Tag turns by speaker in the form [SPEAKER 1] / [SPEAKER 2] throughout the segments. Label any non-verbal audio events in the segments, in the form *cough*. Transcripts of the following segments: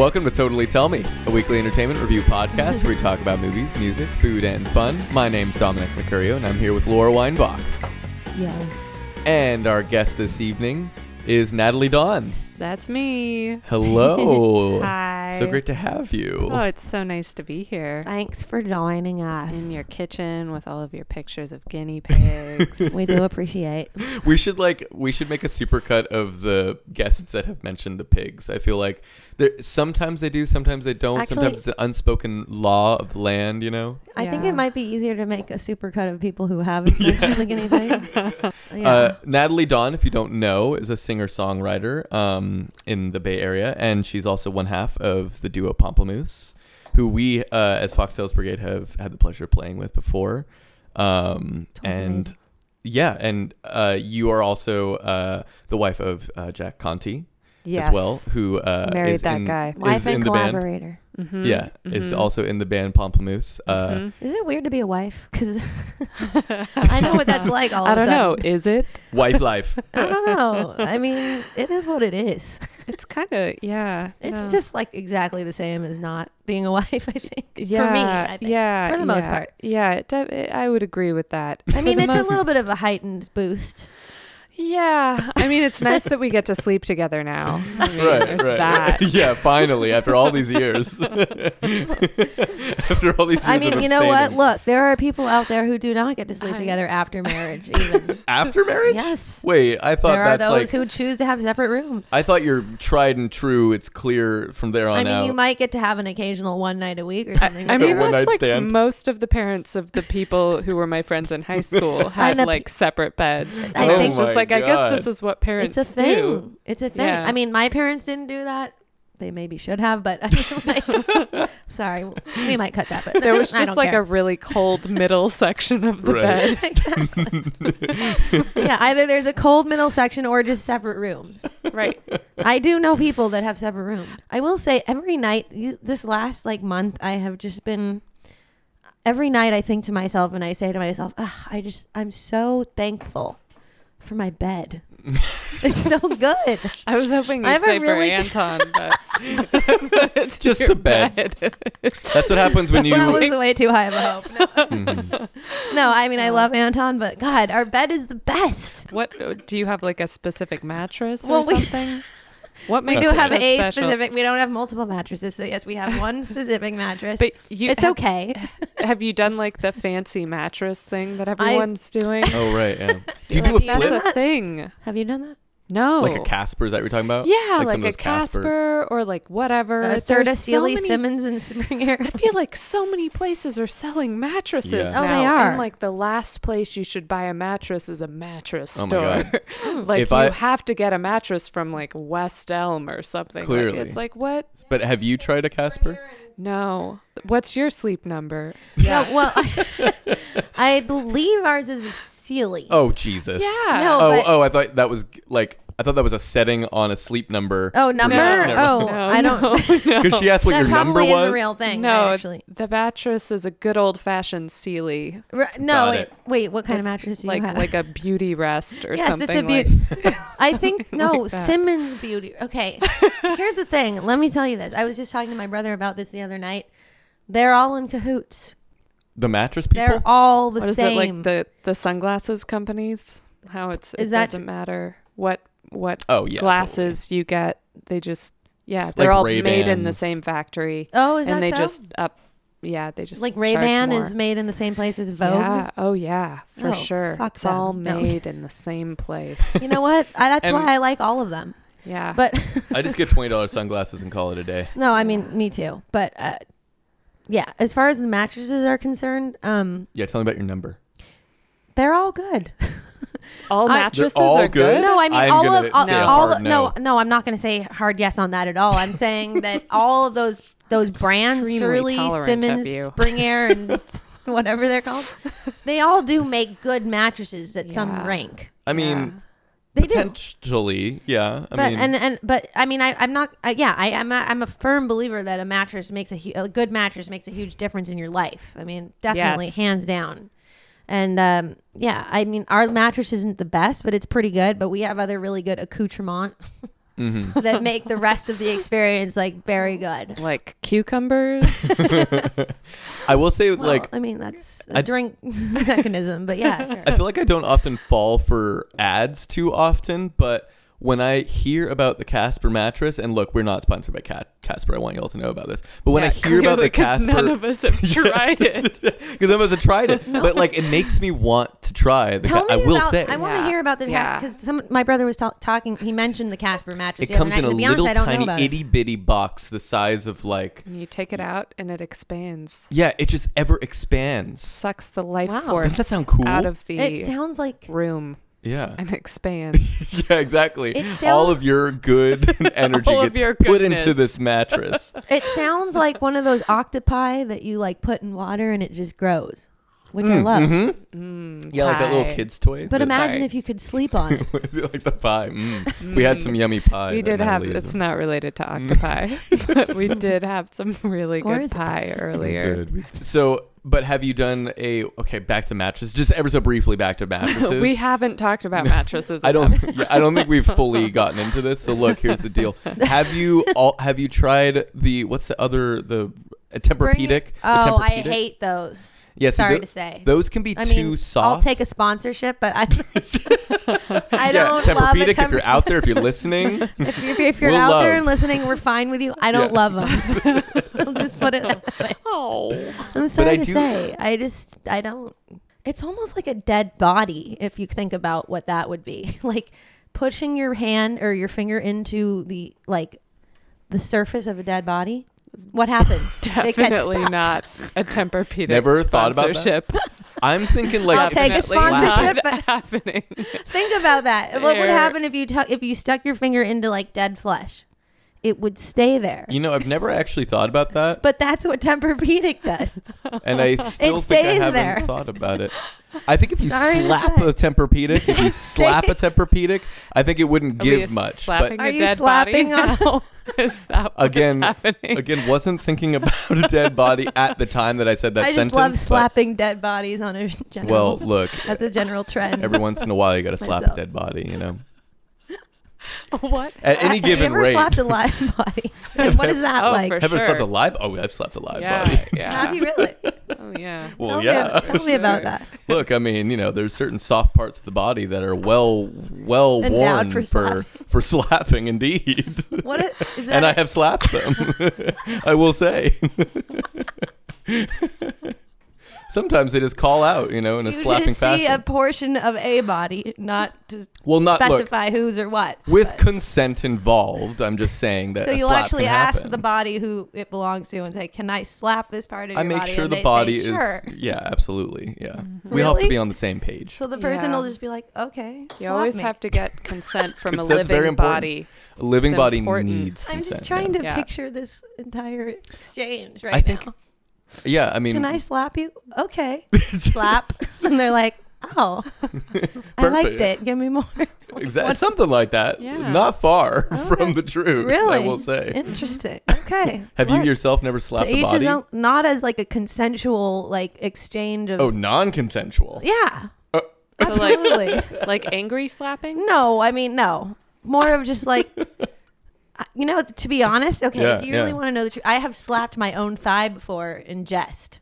[SPEAKER 1] Welcome to Totally Tell Me, a weekly entertainment review podcast where we talk about movies, music, food, and fun. My name's Dominic Mercurio, and I'm here with Laura Weinbach.
[SPEAKER 2] Yeah,
[SPEAKER 1] And our guest this evening is Natalie Dawn.
[SPEAKER 3] That's me.
[SPEAKER 2] *laughs*
[SPEAKER 1] Hello.
[SPEAKER 3] Hi.
[SPEAKER 1] So great to have you.
[SPEAKER 3] Oh, it's so nice to be here
[SPEAKER 2] thanks for joining us.
[SPEAKER 3] in your kitchen with all of your pictures of
[SPEAKER 1] *laughs*
[SPEAKER 3] guinea *laughs* pigs.
[SPEAKER 2] *laughs* we do appreciate.
[SPEAKER 1] We should like we should make a supercut of the guests that have mentioned the pigs. I feel like there sometimes they do, sometimes they don't.
[SPEAKER 2] Actually-
[SPEAKER 1] sometimes it's an unspoken law of the land, you know.
[SPEAKER 2] I think
[SPEAKER 3] Yeah.
[SPEAKER 2] it might be easier to make a supercut of people who *laughs* haven't mentioned the guinea pigs. Yeah.
[SPEAKER 1] Uh, Natalie Dawn, if you don't know, is a singer songwriter um, in the Bay Area, and she's also one half of the duo Pomplamoose, who we, uh, as Fox Sales Brigade, have had the pleasure of playing with before. Um,
[SPEAKER 2] was
[SPEAKER 1] and
[SPEAKER 2] amazing.
[SPEAKER 1] yeah, and uh, you are also uh, the wife of uh, Jack Conti
[SPEAKER 3] yes.
[SPEAKER 1] as well, who uh,
[SPEAKER 3] Married
[SPEAKER 1] is
[SPEAKER 3] that
[SPEAKER 1] in,
[SPEAKER 3] guy.
[SPEAKER 1] is
[SPEAKER 2] Wife
[SPEAKER 1] in
[SPEAKER 2] and
[SPEAKER 1] the band.
[SPEAKER 2] collaborator.
[SPEAKER 3] Mm-hmm.
[SPEAKER 1] Yeah, is also in the band Pomplamoose. Uh,
[SPEAKER 2] Is it weird to be a wife? Because *laughs* I know what that's like. All
[SPEAKER 3] *laughs* I
[SPEAKER 2] of a
[SPEAKER 3] don't know.
[SPEAKER 2] sudden.
[SPEAKER 3] Is it?
[SPEAKER 1] Wife life.
[SPEAKER 2] I don't know. *laughs* I mean, it is what it is.
[SPEAKER 3] It's kind of yeah.
[SPEAKER 2] It's
[SPEAKER 3] no.
[SPEAKER 2] just like exactly the same as not being a *laughs* wife. I think.
[SPEAKER 3] yeah,
[SPEAKER 2] For me, I think.
[SPEAKER 3] yeah,
[SPEAKER 2] For the most
[SPEAKER 3] yeah,
[SPEAKER 2] part.
[SPEAKER 3] Yeah, it, def- it- I would agree with that.
[SPEAKER 2] I mean,
[SPEAKER 3] For
[SPEAKER 2] it's
[SPEAKER 3] the
[SPEAKER 2] a
[SPEAKER 3] most-
[SPEAKER 2] little bit of a heightened boost.
[SPEAKER 3] Yeah, I mean, it's nice that we get to sleep together now. I mean, there's
[SPEAKER 1] *laughs*
[SPEAKER 3] that.
[SPEAKER 1] yeah, finally, after all these
[SPEAKER 2] *laughs*
[SPEAKER 1] years. after all these years.
[SPEAKER 2] I mean,
[SPEAKER 1] of
[SPEAKER 2] you know what?
[SPEAKER 1] abstaining.
[SPEAKER 2] Look, there are people out there who do not get to sleep
[SPEAKER 3] I-
[SPEAKER 2] together
[SPEAKER 1] *laughs*
[SPEAKER 2] after marriage. Even
[SPEAKER 1] After marriage?
[SPEAKER 2] Yes.
[SPEAKER 1] Wait, I thought
[SPEAKER 2] there are
[SPEAKER 1] that's
[SPEAKER 2] those
[SPEAKER 1] like.
[SPEAKER 2] who choose to have separate rooms.
[SPEAKER 1] I thought you're tried and true. It's clear from there on
[SPEAKER 2] I mean,
[SPEAKER 1] out.
[SPEAKER 2] you might get to have an occasional one night a week or something.
[SPEAKER 3] I
[SPEAKER 1] Like a
[SPEAKER 3] mean,
[SPEAKER 1] one-night
[SPEAKER 3] that's like
[SPEAKER 1] stand?
[SPEAKER 3] most of the parents of the people who were my friends in high
[SPEAKER 2] *laughs*
[SPEAKER 3] school had
[SPEAKER 2] And a
[SPEAKER 3] like
[SPEAKER 2] p-
[SPEAKER 3] separate beds.
[SPEAKER 2] I
[SPEAKER 3] And
[SPEAKER 2] think-
[SPEAKER 3] was
[SPEAKER 1] Oh my
[SPEAKER 3] just like, I guess this
[SPEAKER 1] God.
[SPEAKER 3] is what parents
[SPEAKER 2] it's a thing.
[SPEAKER 3] do.
[SPEAKER 2] It's a thing.
[SPEAKER 3] Yeah.
[SPEAKER 2] I mean, my parents didn't do that. They maybe should have, but
[SPEAKER 3] *laughs*
[SPEAKER 2] I mean, like, sorry, we might cut that. But
[SPEAKER 3] There was
[SPEAKER 2] *laughs* I
[SPEAKER 3] just
[SPEAKER 2] don't
[SPEAKER 3] like a
[SPEAKER 2] care. *laughs*
[SPEAKER 3] really cold middle section of the
[SPEAKER 1] Right.
[SPEAKER 3] bed.
[SPEAKER 2] yeah. Either there's a cold middle section or just separate rooms.
[SPEAKER 3] Right.
[SPEAKER 2] I do know people that have separate rooms. I will say every night you- this last like month I have just been every night I think to myself and I say to myself, Ugh, I just I'm so thankful for my
[SPEAKER 3] *laughs*
[SPEAKER 2] bed. it's so good.
[SPEAKER 3] I was hoping
[SPEAKER 2] I
[SPEAKER 3] you'd
[SPEAKER 2] have a
[SPEAKER 3] say
[SPEAKER 2] really- *laughs*
[SPEAKER 3] for Anton, but *laughs* it's
[SPEAKER 1] Just
[SPEAKER 3] your
[SPEAKER 1] the bed. that's what happens
[SPEAKER 2] *laughs*
[SPEAKER 1] when you. *laughs* Mm-hmm.
[SPEAKER 2] Well, that was way too high of a hope.
[SPEAKER 3] *laughs*
[SPEAKER 2] No, no I mean I love Anton, but God, our bed is the best.
[SPEAKER 3] What uh, do you have like a specific mattress
[SPEAKER 2] Well,
[SPEAKER 3] or
[SPEAKER 2] we- *laughs*
[SPEAKER 3] something? What
[SPEAKER 2] We
[SPEAKER 3] makes
[SPEAKER 2] do
[SPEAKER 3] it
[SPEAKER 2] have
[SPEAKER 3] so
[SPEAKER 2] a
[SPEAKER 3] special?
[SPEAKER 2] specific. We don't have multiple mattresses, so yes, we have one specific mattress.
[SPEAKER 3] But you
[SPEAKER 2] it's
[SPEAKER 3] have- *laughs*
[SPEAKER 2] okay.
[SPEAKER 3] Have you done like the fancy mattress thing that everyone's doing?
[SPEAKER 1] oh, right. Yeah. Do you
[SPEAKER 2] Like
[SPEAKER 1] do a
[SPEAKER 2] the
[SPEAKER 1] flip?
[SPEAKER 3] That's
[SPEAKER 2] flip?
[SPEAKER 3] a thing.
[SPEAKER 2] Have you done that?
[SPEAKER 3] No.
[SPEAKER 1] Like a Casper? Is that what you're talking about?
[SPEAKER 3] Yeah, like,
[SPEAKER 1] some of
[SPEAKER 3] a
[SPEAKER 1] those
[SPEAKER 3] Casper, or like whatever.
[SPEAKER 2] Uh,
[SPEAKER 3] There's
[SPEAKER 2] Serta,
[SPEAKER 3] so
[SPEAKER 2] Sealy,
[SPEAKER 3] many-
[SPEAKER 2] Simmons, and Springer.
[SPEAKER 3] *laughs* I feel like so many places are selling mattresses
[SPEAKER 1] Yeah.
[SPEAKER 2] Oh,
[SPEAKER 3] now.
[SPEAKER 2] they are.
[SPEAKER 3] And like the last place you should buy a mattress is a mattress
[SPEAKER 1] Oh my
[SPEAKER 3] store. *laughs*
[SPEAKER 2] Hmm.
[SPEAKER 3] like
[SPEAKER 1] If
[SPEAKER 3] you
[SPEAKER 1] I-
[SPEAKER 3] have to get a mattress from like West Elm or something. Like,
[SPEAKER 1] Clearly.
[SPEAKER 3] it's like what?
[SPEAKER 1] But have you tried a Casper?
[SPEAKER 3] No. What's your sleep number?
[SPEAKER 2] Yeah. well, I, *laughs* I believe ours is a Sealy.
[SPEAKER 1] Oh, Jesus.
[SPEAKER 3] Yeah.
[SPEAKER 2] No.
[SPEAKER 1] Oh,
[SPEAKER 2] but-
[SPEAKER 1] oh, I thought that was like. I thought that was a setting on a sleep number.
[SPEAKER 2] Oh, number?
[SPEAKER 3] No.
[SPEAKER 2] Oh,
[SPEAKER 1] *laughs*
[SPEAKER 3] No,
[SPEAKER 2] I don't.
[SPEAKER 3] no, *laughs* no.
[SPEAKER 1] Because she asked what
[SPEAKER 2] that
[SPEAKER 1] your number
[SPEAKER 2] probably
[SPEAKER 1] was.
[SPEAKER 2] is a real thing. *laughs*
[SPEAKER 3] No,
[SPEAKER 2] I actually.
[SPEAKER 3] the mattress is a good old fashioned Sealy.
[SPEAKER 2] Ri- No,
[SPEAKER 1] Got
[SPEAKER 2] wait,
[SPEAKER 1] it.
[SPEAKER 2] wait. What kind of
[SPEAKER 3] It's
[SPEAKER 2] mattress do
[SPEAKER 3] like
[SPEAKER 2] you have?
[SPEAKER 3] like a beauty rest
[SPEAKER 2] *laughs*
[SPEAKER 3] or
[SPEAKER 2] yes,
[SPEAKER 3] something.
[SPEAKER 2] it's a
[SPEAKER 3] like-
[SPEAKER 2] beauty. *laughs* I
[SPEAKER 3] *laughs*
[SPEAKER 2] think no
[SPEAKER 3] Like that.
[SPEAKER 2] Simmons beauty. Okay,
[SPEAKER 3] *laughs*
[SPEAKER 2] here's the thing. Let me tell you this. I was just talking to my brother about this the other night. They're all in cahoots.
[SPEAKER 1] The mattress people.
[SPEAKER 2] They're all the
[SPEAKER 3] What is
[SPEAKER 2] same.
[SPEAKER 3] it like the the sunglasses companies? How it's it
[SPEAKER 2] Is that-
[SPEAKER 3] doesn't matter what what
[SPEAKER 1] Oh, yeah,
[SPEAKER 3] glasses you get. They just yeah they're all made in the
[SPEAKER 1] Ray-Bans.
[SPEAKER 3] same factory.
[SPEAKER 2] Oh, is
[SPEAKER 3] and
[SPEAKER 2] that
[SPEAKER 3] they
[SPEAKER 2] so?
[SPEAKER 3] just up yeah they just
[SPEAKER 2] like
[SPEAKER 3] charge
[SPEAKER 2] Ray Ban is
[SPEAKER 3] more.
[SPEAKER 2] made in the same place as Vogue.
[SPEAKER 3] Yeah. Oh yeah, for
[SPEAKER 2] Oh,
[SPEAKER 3] sure.
[SPEAKER 2] fuck
[SPEAKER 3] it's all
[SPEAKER 2] them. No.
[SPEAKER 3] made in the same
[SPEAKER 2] *laughs*
[SPEAKER 3] place.
[SPEAKER 2] You know what? I,
[SPEAKER 3] *laughs*
[SPEAKER 2] that's
[SPEAKER 1] And-
[SPEAKER 2] why I like all of them.
[SPEAKER 3] yeah.
[SPEAKER 2] But
[SPEAKER 1] *laughs*
[SPEAKER 3] *laughs*
[SPEAKER 1] I just get twenty dollars sunglasses and call it a day.
[SPEAKER 2] no, I mean me too. But uh, yeah, as far as the mattresses are concerned, um,
[SPEAKER 1] Yeah, tell me about your number.
[SPEAKER 2] they're all good. *laughs*
[SPEAKER 3] all
[SPEAKER 2] I- They're
[SPEAKER 3] mattresses
[SPEAKER 1] all
[SPEAKER 3] are
[SPEAKER 1] good?
[SPEAKER 3] good.
[SPEAKER 2] No, I mean
[SPEAKER 1] I'm
[SPEAKER 2] all
[SPEAKER 1] gonna
[SPEAKER 2] of all,
[SPEAKER 1] say
[SPEAKER 3] a
[SPEAKER 2] all
[SPEAKER 1] hard
[SPEAKER 2] no.
[SPEAKER 1] no.
[SPEAKER 2] no, I'm not going to say hard yes on that at all. I'm saying
[SPEAKER 3] *laughs*
[SPEAKER 2] that all of those those brands,
[SPEAKER 3] extremely
[SPEAKER 2] Surly,
[SPEAKER 3] tolerant
[SPEAKER 2] Simmons,
[SPEAKER 3] of you.
[SPEAKER 2] Spring Air,
[SPEAKER 3] *laughs*
[SPEAKER 2] and whatever they're called, they all do make good mattresses at some
[SPEAKER 3] Yeah.
[SPEAKER 2] rank.
[SPEAKER 1] I mean,
[SPEAKER 3] Yeah.
[SPEAKER 2] They do.
[SPEAKER 1] potentially, yeah. I
[SPEAKER 2] but
[SPEAKER 1] mean,
[SPEAKER 2] and and but I mean I I'm not I, yeah I am a, I'm a firm believer that a mattress makes a, hu- a good mattress makes a huge difference in your life. I mean definitely
[SPEAKER 3] Yes.
[SPEAKER 2] hands down. And um, yeah, I mean our mattress isn't the best, but it's pretty good. But we have other really good accoutrement.
[SPEAKER 1] hmm
[SPEAKER 2] *laughs* that make the rest of the experience like very good.
[SPEAKER 3] like cucumbers.
[SPEAKER 1] mm-hmm.
[SPEAKER 2] *laughs*
[SPEAKER 1] *laughs* I will say,
[SPEAKER 2] Well,
[SPEAKER 1] like,
[SPEAKER 2] I mean, that's a
[SPEAKER 1] I-
[SPEAKER 2] drink *laughs* mechanism, but yeah, sure.
[SPEAKER 1] *laughs* I feel like I don't often fall for ads too often, but when I hear about the Casper mattress, and look, we're not sponsored by Cat- Casper. I want you all to know about this. But when I hear about the Casper,
[SPEAKER 3] none of us have
[SPEAKER 1] *laughs*
[SPEAKER 3] tried it.
[SPEAKER 1] because none of us have tried
[SPEAKER 2] *laughs*
[SPEAKER 1] it, but like it makes me want to try. The
[SPEAKER 2] Tell
[SPEAKER 1] Ca-
[SPEAKER 2] me
[SPEAKER 1] I will
[SPEAKER 2] about,
[SPEAKER 1] say,
[SPEAKER 2] I want to
[SPEAKER 3] Yeah.
[SPEAKER 2] hear about the
[SPEAKER 3] Yeah.
[SPEAKER 2] Casper because my brother was ta- talking. He mentioned the Casper mattress.
[SPEAKER 1] it
[SPEAKER 2] the
[SPEAKER 1] comes
[SPEAKER 2] other night,
[SPEAKER 1] in a
[SPEAKER 2] and to be honest,
[SPEAKER 1] little
[SPEAKER 2] I don't know
[SPEAKER 1] tiny
[SPEAKER 2] about it.
[SPEAKER 1] itty bitty box the size of like
[SPEAKER 3] And you take it out and it expands.
[SPEAKER 1] yeah, it just ever expands.
[SPEAKER 3] Sucks the life
[SPEAKER 2] Wow.
[SPEAKER 3] force
[SPEAKER 1] Doesn't that sound cool?
[SPEAKER 3] out of the
[SPEAKER 2] It sounds like
[SPEAKER 3] room
[SPEAKER 1] Yeah,
[SPEAKER 2] *laughs*
[SPEAKER 3] and expands.
[SPEAKER 1] *laughs* yeah, exactly.
[SPEAKER 2] It sound-
[SPEAKER 1] All of your good energy
[SPEAKER 3] All of your
[SPEAKER 1] gets put into
[SPEAKER 3] goodness.
[SPEAKER 1] this mattress.
[SPEAKER 2] it sounds like one of those octopi that you like put in water and it just grows, which I love.
[SPEAKER 1] hmm
[SPEAKER 3] Mm,
[SPEAKER 1] Yeah, like that little
[SPEAKER 3] pie.
[SPEAKER 1] kid's toy.
[SPEAKER 2] Mm-hmm. But
[SPEAKER 1] The-
[SPEAKER 2] imagine
[SPEAKER 3] Sorry.
[SPEAKER 2] if you could sleep on
[SPEAKER 1] *laughs*
[SPEAKER 2] it.
[SPEAKER 1] like the pie. Mm. We had some yummy pie.
[SPEAKER 3] We
[SPEAKER 1] that
[SPEAKER 3] did have.
[SPEAKER 1] Natalie
[SPEAKER 3] It's
[SPEAKER 1] is-
[SPEAKER 3] not related to
[SPEAKER 2] *laughs*
[SPEAKER 3] octopi, but we did have some really
[SPEAKER 2] Mm. Or
[SPEAKER 3] good
[SPEAKER 2] is it?
[SPEAKER 3] pie
[SPEAKER 1] We
[SPEAKER 3] earlier.
[SPEAKER 1] did, we did. So, but have you done a okay back to mattresses? Just ever so briefly back to mattresses.
[SPEAKER 3] *laughs* we haven't
[SPEAKER 2] *laughs*
[SPEAKER 3] talked about mattresses.
[SPEAKER 1] I don't. yeah, I don't think we've fully gotten into this. So look, here's the deal. Have you all? Have you tried the what's the other the uh, Tempur-Pedic? The
[SPEAKER 2] Oh, I
[SPEAKER 1] Tempur-Pedic?
[SPEAKER 2] hate those.
[SPEAKER 1] Yeah, see,
[SPEAKER 2] Sorry
[SPEAKER 1] tho-
[SPEAKER 2] to say.
[SPEAKER 1] those can be
[SPEAKER 2] I
[SPEAKER 1] too
[SPEAKER 2] mean,
[SPEAKER 1] soft.
[SPEAKER 2] I'll take a sponsorship, but
[SPEAKER 1] *laughs*
[SPEAKER 2] I, *laughs* I
[SPEAKER 1] yeah,
[SPEAKER 2] don't love a
[SPEAKER 1] Tempur-Pedic. if you're
[SPEAKER 2] Tempur-
[SPEAKER 1] out there, if you're listening,
[SPEAKER 2] if you're, if you're
[SPEAKER 1] We'll
[SPEAKER 2] out there
[SPEAKER 1] love.
[SPEAKER 2] and listening, we're fine with you. I don't
[SPEAKER 1] Yeah.
[SPEAKER 2] love them.
[SPEAKER 1] *laughs*
[SPEAKER 2] *laughs* I'll just put it. That way.
[SPEAKER 3] Oh,
[SPEAKER 2] I'm sorry
[SPEAKER 1] I
[SPEAKER 2] to
[SPEAKER 1] do-
[SPEAKER 2] say, I just I don't. It's almost like a dead body if you think about what that would be. *laughs* Like pushing your hand or your finger into the like the surface of a dead body.
[SPEAKER 1] *laughs*
[SPEAKER 2] What happens? It gets
[SPEAKER 3] definitely
[SPEAKER 2] stuck.
[SPEAKER 3] not a Tempur-Pedic
[SPEAKER 1] Never thought about that?
[SPEAKER 3] sponsorship.
[SPEAKER 1] I'm thinking like
[SPEAKER 2] I'll take a
[SPEAKER 1] it's
[SPEAKER 3] Definitely
[SPEAKER 1] slash-
[SPEAKER 2] sponsorship.
[SPEAKER 3] not
[SPEAKER 2] but-
[SPEAKER 3] *laughs* happening.
[SPEAKER 2] Think about that. What would
[SPEAKER 3] There.
[SPEAKER 2] happen if you tu- if you stuck your finger into like dead flesh? It would stay there.
[SPEAKER 1] You know, I've never actually thought about that,
[SPEAKER 2] But that's what Tempur-Pedic does. *laughs*
[SPEAKER 1] and I still think I
[SPEAKER 2] stays
[SPEAKER 1] haven't
[SPEAKER 2] there.
[SPEAKER 1] thought about it. I think if you
[SPEAKER 2] Sorry to
[SPEAKER 1] slap
[SPEAKER 2] say.
[SPEAKER 1] a Tempur-Pedic, if
[SPEAKER 2] *laughs*
[SPEAKER 1] you slap a Tempur-Pedic, I think it wouldn't
[SPEAKER 3] Are we
[SPEAKER 1] give much.
[SPEAKER 3] Slapping
[SPEAKER 1] But
[SPEAKER 2] Are
[SPEAKER 3] a
[SPEAKER 2] you
[SPEAKER 3] dead
[SPEAKER 2] slapping
[SPEAKER 3] body
[SPEAKER 2] on-
[SPEAKER 3] now? *laughs* Is that what's
[SPEAKER 1] Again-
[SPEAKER 2] *laughs*
[SPEAKER 3] happening?
[SPEAKER 1] again, wasn't thinking about a dead body at the time that I said that
[SPEAKER 2] I just
[SPEAKER 1] sentence.
[SPEAKER 2] love
[SPEAKER 1] but-
[SPEAKER 2] slapping dead bodies on a general.
[SPEAKER 1] Well, look,
[SPEAKER 2] that's a general trend.
[SPEAKER 1] every once in a while you got to slap a
[SPEAKER 2] Myself.
[SPEAKER 1] dead body, you know.
[SPEAKER 3] *laughs* what?
[SPEAKER 1] At any
[SPEAKER 2] Have you
[SPEAKER 1] given
[SPEAKER 2] ever
[SPEAKER 1] rate.
[SPEAKER 2] slapped
[SPEAKER 1] *laughs*
[SPEAKER 2] a live body? And what is that
[SPEAKER 3] Oh,
[SPEAKER 2] like?
[SPEAKER 3] for
[SPEAKER 1] Have you ever slapped a
[SPEAKER 3] sure.
[SPEAKER 1] live? Oh, I've slapped a live
[SPEAKER 3] yeah,
[SPEAKER 1] body.
[SPEAKER 2] Have
[SPEAKER 3] yeah.
[SPEAKER 2] you really?
[SPEAKER 3] Oh,
[SPEAKER 2] *laughs*
[SPEAKER 3] yeah.
[SPEAKER 1] *laughs* Well,
[SPEAKER 2] tell
[SPEAKER 1] yeah.
[SPEAKER 2] Me, tell me about that.
[SPEAKER 1] Look, I mean, you know, there's certain soft parts of the body that are well, well
[SPEAKER 2] Endowed
[SPEAKER 1] worn
[SPEAKER 2] for
[SPEAKER 1] for *laughs* for, slapping, indeed.
[SPEAKER 2] What is, is that?
[SPEAKER 1] and I have slapped them. *laughs* I will say. *laughs* Sometimes they just call out, you know, in a
[SPEAKER 2] you
[SPEAKER 1] slapping
[SPEAKER 2] just see
[SPEAKER 1] fashion.
[SPEAKER 2] a portion of a body, not to
[SPEAKER 1] well, not look.
[SPEAKER 2] specify who's or what.
[SPEAKER 1] with consent involved. I'm just saying that.
[SPEAKER 2] so
[SPEAKER 1] a
[SPEAKER 2] you'll
[SPEAKER 1] slap
[SPEAKER 2] actually
[SPEAKER 1] can
[SPEAKER 2] ask
[SPEAKER 1] happen.
[SPEAKER 2] the body who it belongs to and say, "Can I slap this part of
[SPEAKER 1] I
[SPEAKER 2] your
[SPEAKER 1] make
[SPEAKER 2] body?"
[SPEAKER 1] sure
[SPEAKER 2] and they
[SPEAKER 1] the
[SPEAKER 2] say,
[SPEAKER 1] body
[SPEAKER 2] "Sure." Mm-hmm.
[SPEAKER 1] is. Yeah, absolutely. Yeah, we all have to
[SPEAKER 2] Really?
[SPEAKER 1] be on the same page.
[SPEAKER 2] So the person
[SPEAKER 3] Yeah.
[SPEAKER 2] will just be like, "Okay."
[SPEAKER 3] You
[SPEAKER 2] slap
[SPEAKER 3] always
[SPEAKER 2] me."
[SPEAKER 3] have to get
[SPEAKER 1] *laughs*
[SPEAKER 3] consent from a
[SPEAKER 1] Consent's very
[SPEAKER 3] living
[SPEAKER 1] important.
[SPEAKER 3] body.
[SPEAKER 1] a living
[SPEAKER 3] it's
[SPEAKER 1] body
[SPEAKER 3] important.
[SPEAKER 1] needs.
[SPEAKER 2] I'm just
[SPEAKER 1] consent,
[SPEAKER 2] trying
[SPEAKER 1] yeah.
[SPEAKER 2] to
[SPEAKER 3] Yeah.
[SPEAKER 2] picture this entire exchange right
[SPEAKER 1] I think.
[SPEAKER 2] now.
[SPEAKER 1] Yeah, I mean, *laughs*
[SPEAKER 2] Can I slap you? Okay. slap. *laughs* And they're like, oh, I liked
[SPEAKER 1] Perfect.
[SPEAKER 2] it. Give me more. *laughs*
[SPEAKER 1] exactly something like that.
[SPEAKER 3] Yeah.
[SPEAKER 1] Not far *laughs*
[SPEAKER 2] Okay.
[SPEAKER 1] from the truth.
[SPEAKER 2] Really?
[SPEAKER 1] I will say.
[SPEAKER 2] Interesting. Okay.
[SPEAKER 1] *laughs* Have you
[SPEAKER 2] What?
[SPEAKER 1] yourself never
[SPEAKER 2] To
[SPEAKER 1] slapped a
[SPEAKER 2] each his
[SPEAKER 1] body?
[SPEAKER 2] own- not as like a consensual like exchange of.
[SPEAKER 1] Oh, non-consensual. *laughs*
[SPEAKER 2] *laughs* Yeah.
[SPEAKER 1] Uh,
[SPEAKER 3] So,
[SPEAKER 2] *laughs*
[SPEAKER 3] like-
[SPEAKER 2] Absolutely.
[SPEAKER 3] Like angry slapping?
[SPEAKER 2] no, I mean, no. More of
[SPEAKER 1] *laughs*
[SPEAKER 2] just like. I- You know, to be honest, okay,
[SPEAKER 1] Yeah,
[SPEAKER 2] if you really
[SPEAKER 1] yeah.
[SPEAKER 2] want to know the truth, I have slapped my own thigh before in jest.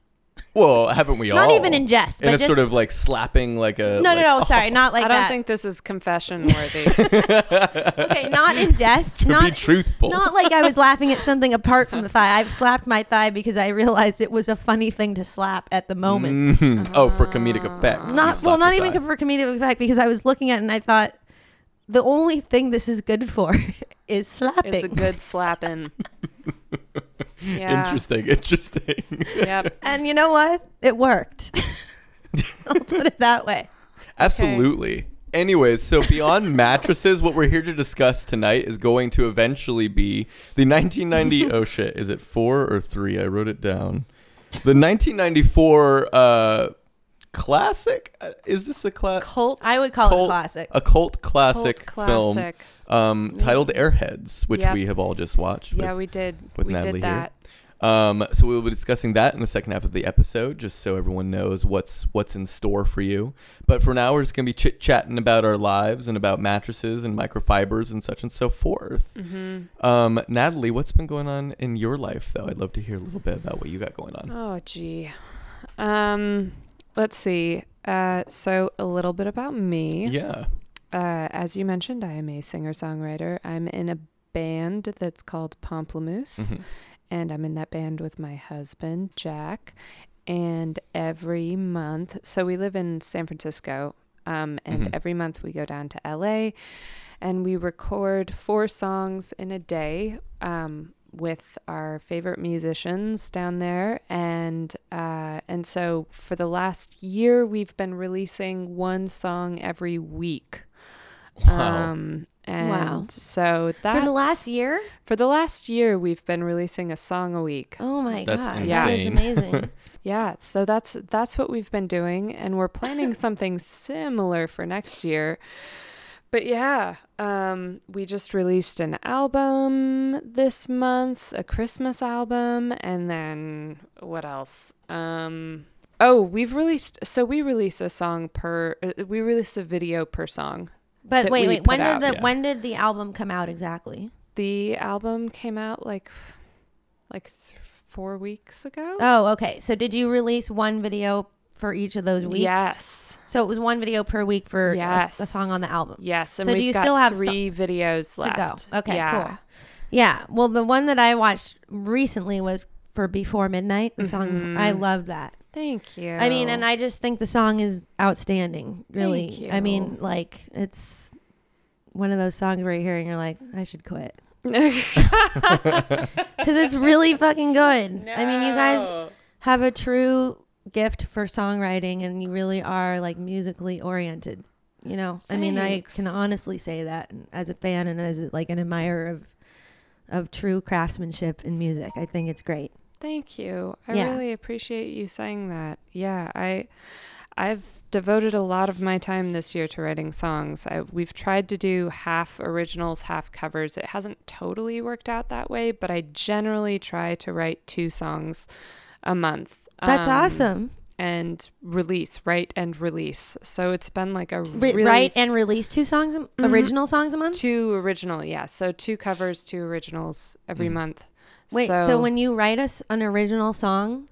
[SPEAKER 1] Well, haven't we all?
[SPEAKER 2] Not even in jest,
[SPEAKER 1] In
[SPEAKER 2] but
[SPEAKER 1] a
[SPEAKER 2] just
[SPEAKER 1] sort of like slapping, like a.
[SPEAKER 2] No, no,
[SPEAKER 1] like- oh,
[SPEAKER 2] no,
[SPEAKER 1] *laughs*
[SPEAKER 2] sorry, not like
[SPEAKER 3] I don't
[SPEAKER 2] that.
[SPEAKER 3] think this is confession
[SPEAKER 2] *laughs*
[SPEAKER 3] worthy.
[SPEAKER 1] *laughs*
[SPEAKER 2] okay, not in jest,
[SPEAKER 1] To
[SPEAKER 2] not
[SPEAKER 1] be truthful.
[SPEAKER 2] Not like I was laughing at something apart from the thigh. I've slapped my thigh because I realized it was a funny thing to slap at the moment.
[SPEAKER 1] Mhm. *laughs* Oh, for comedic effect. you
[SPEAKER 2] Not well,
[SPEAKER 1] slapped
[SPEAKER 2] not
[SPEAKER 1] your
[SPEAKER 2] even
[SPEAKER 1] thigh.
[SPEAKER 2] for comedic effect because I was looking at it and I thought the only thing this is good for *laughs* is slapping.
[SPEAKER 3] it's a good
[SPEAKER 1] *laughs*
[SPEAKER 3] slapping. Yeah.
[SPEAKER 1] Interesting. Interesting. *laughs*
[SPEAKER 3] Yep.
[SPEAKER 2] *laughs* and you know what? It worked. *laughs* I'll put it that way.
[SPEAKER 1] Absolutely. Anyways, so
[SPEAKER 3] *laughs*
[SPEAKER 1] beyond mattresses, what we're here to discuss tonight is going to eventually be the
[SPEAKER 3] *laughs*
[SPEAKER 1] 1990. oh shit, is it four or three? I wrote it down. The 1994 uh, classic. Uh, Is this a class?
[SPEAKER 3] Cult.
[SPEAKER 2] I would call it a
[SPEAKER 1] Cult-
[SPEAKER 2] classic.
[SPEAKER 1] A cult classic,
[SPEAKER 3] cult
[SPEAKER 1] film um, titled Airheads, which
[SPEAKER 3] Yep.
[SPEAKER 1] we have all just watched.
[SPEAKER 3] Yeah,
[SPEAKER 1] with-
[SPEAKER 3] we did.
[SPEAKER 1] with
[SPEAKER 3] we
[SPEAKER 1] Natalie
[SPEAKER 3] did
[SPEAKER 1] here.
[SPEAKER 3] that.
[SPEAKER 1] Um, so we will be discussing that in the second half of the episode, just so everyone knows what's what's in store for you. But for now, we're just gonna be chit chatting about our lives and about mattresses and microfibers and such and so forth.
[SPEAKER 3] Mm-hmm.
[SPEAKER 1] Um, Natalie, what's been going on in your life though? I'd love to hear a little bit about what you got going on.
[SPEAKER 3] Oh, gee. Um, let's see. Uh, so a little bit about me.
[SPEAKER 1] Yeah.
[SPEAKER 3] Uh, as you mentioned, I am a singer-songwriter. I'm in a band that's called Pomplamoose,
[SPEAKER 1] Mhm.
[SPEAKER 3] and I'm in that band with my husband Jack. And every month, so we live in San Francisco, um, and
[SPEAKER 1] Mhm.
[SPEAKER 3] every month we go down to LA, and we record four songs in a day um, with our favorite musicians down there. And uh, and so for the last year, we've been releasing one song every week.
[SPEAKER 1] Wow.
[SPEAKER 3] Um, and
[SPEAKER 2] Wow.
[SPEAKER 3] so that's
[SPEAKER 2] For the last year?
[SPEAKER 3] for the last year we've been releasing a song a week.
[SPEAKER 2] Oh my
[SPEAKER 1] That's
[SPEAKER 2] god. That is
[SPEAKER 1] insane.
[SPEAKER 2] amazing.
[SPEAKER 3] Yeah, so that's that's what we've been doing and
[SPEAKER 2] *laughs*
[SPEAKER 3] we're planning something similar for next year. But yeah, um we just released an album this month, a Christmas album and then what else? Um Oh, we've released so we release a song per uh, we release a video per song.
[SPEAKER 2] But
[SPEAKER 3] That
[SPEAKER 2] wait,
[SPEAKER 3] we
[SPEAKER 2] wait.
[SPEAKER 3] put
[SPEAKER 2] When
[SPEAKER 3] out,
[SPEAKER 2] did the
[SPEAKER 1] yeah.
[SPEAKER 2] when did the album come out exactly?
[SPEAKER 3] The album came out like like th- 4 weeks ago.
[SPEAKER 2] Oh, okay. So did you release one video for each of those weeks?
[SPEAKER 3] Yes.
[SPEAKER 2] So it was one video per week for a s- a,
[SPEAKER 3] Yes.
[SPEAKER 2] song on the album.
[SPEAKER 3] Yes, and
[SPEAKER 2] So do
[SPEAKER 3] we've
[SPEAKER 2] you
[SPEAKER 3] got
[SPEAKER 2] still have so-
[SPEAKER 3] three videos
[SPEAKER 2] to
[SPEAKER 3] left
[SPEAKER 2] go. Okay,
[SPEAKER 3] Yeah.
[SPEAKER 2] cool. Yeah. Well, the one that I watched recently was for Before Midnight. The song I
[SPEAKER 3] Mm-hmm.
[SPEAKER 2] love that.
[SPEAKER 3] Thank you.
[SPEAKER 2] I mean, and I just think the song is outstanding. Really.
[SPEAKER 3] Thank
[SPEAKER 2] I
[SPEAKER 3] you.
[SPEAKER 2] mean, like it's one of those songs where you're hearing you're like, I should quit because it's really fucking good.
[SPEAKER 3] *laughs*
[SPEAKER 2] I mean, you guys have a true gift for songwriting, and you really are like musically oriented. You know, I mean, I
[SPEAKER 3] Thanks.
[SPEAKER 2] can honestly say that as a fan and as like an admirer of of true craftsmanship in music. I think it's great.
[SPEAKER 3] *laughs* Thank you. I
[SPEAKER 2] Yeah.
[SPEAKER 3] really appreciate you saying that. Yeah, I I've devoted a lot of my time this year to writing songs. I, we've tried to do half originals, half covers. It hasn't totally worked out that way, but I generally try to write two songs a month.
[SPEAKER 2] That's
[SPEAKER 3] Um,
[SPEAKER 2] awesome.
[SPEAKER 3] And release, write and release. So it's been like a
[SPEAKER 2] Re-
[SPEAKER 3] really Mm-hmm.
[SPEAKER 2] write and release two songs, a- original songs a month.
[SPEAKER 3] two original yeah so two covers two originals every month
[SPEAKER 2] Wait, so, when you write us an original song,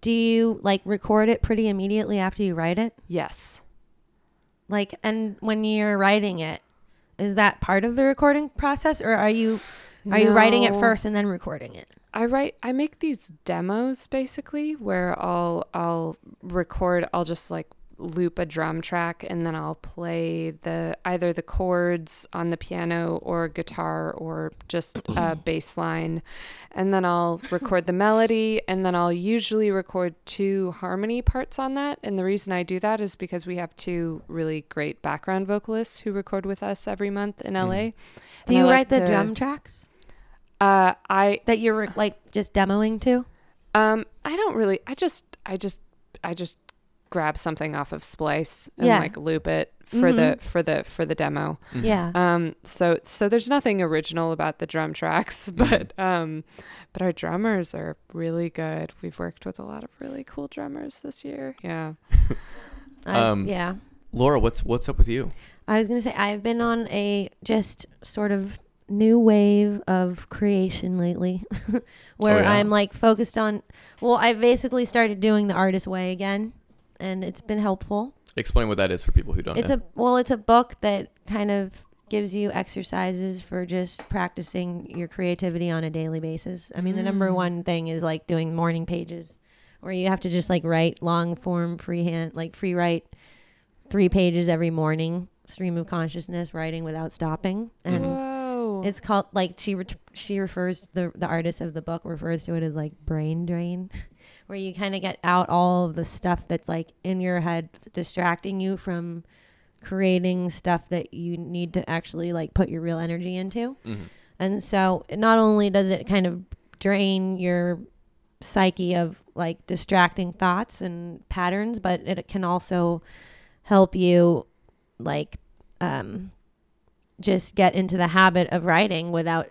[SPEAKER 2] do you like record it pretty immediately after you write it?
[SPEAKER 3] yes
[SPEAKER 2] Like, and when you're writing it, is that part of the recording process, or are you are you writing it
[SPEAKER 3] No.
[SPEAKER 2] first and then recording it?
[SPEAKER 3] i write i make these demos basically where i'll i'll record i'll just like loop a drum track and then i'll play the either the chords on the piano or guitar or just a bass line and then i'll record the melody and then i'll usually record two harmony parts on that and the reason i do that is because we have two really great background vocalists who record with us every month in la
[SPEAKER 2] Do
[SPEAKER 3] And I
[SPEAKER 2] you
[SPEAKER 3] like
[SPEAKER 2] write the
[SPEAKER 3] to-
[SPEAKER 2] drum tracks
[SPEAKER 3] uh, i
[SPEAKER 2] that you're re- like just demoing to?
[SPEAKER 3] Um, I don't really. I just, I just, I just grab something off of Splice and
[SPEAKER 2] Yeah. Mm-hmm.
[SPEAKER 3] like loop it for the for the for the demo.
[SPEAKER 1] Mm-hmm.
[SPEAKER 2] Yeah.
[SPEAKER 3] Um, so so there's nothing original about the drum tracks, *laughs*
[SPEAKER 2] Mm-hmm.
[SPEAKER 3] but um, but our drummers are really good. We've worked with a lot of really cool drummers this year. Yeah.
[SPEAKER 2] I-
[SPEAKER 1] um,
[SPEAKER 2] yeah.
[SPEAKER 1] Laura, what's what's up with you?
[SPEAKER 2] I was gonna say I've been on a just sort of new wave of creation lately, *laughs* where
[SPEAKER 1] Oh, yeah?
[SPEAKER 2] I'm like focused on. Well, I basically started doing the artist way again, and it's been helpful.
[SPEAKER 1] Explain what that is for people who don't
[SPEAKER 2] It's
[SPEAKER 1] know.
[SPEAKER 2] a well, it's a book that kind of gives you exercises for just practicing your creativity on a daily basis. I mean, the number one thing is like doing morning pages where you have to just like write long form freehand, like free write 3 pages every morning, stream of consciousness writing without stopping. And
[SPEAKER 3] Whoa.
[SPEAKER 2] it's called like she ret- she refers the the artist of the book refers to it as like brain drain, *laughs* where you kind of get out all of the stuff that's like in your head distracting you from creating stuff that you need to actually like put your real energy into.
[SPEAKER 1] Mhm.
[SPEAKER 2] And so not only does it kind of drain your psyche of like distracting thoughts and patterns, but it can also help you like um just get into the habit of writing without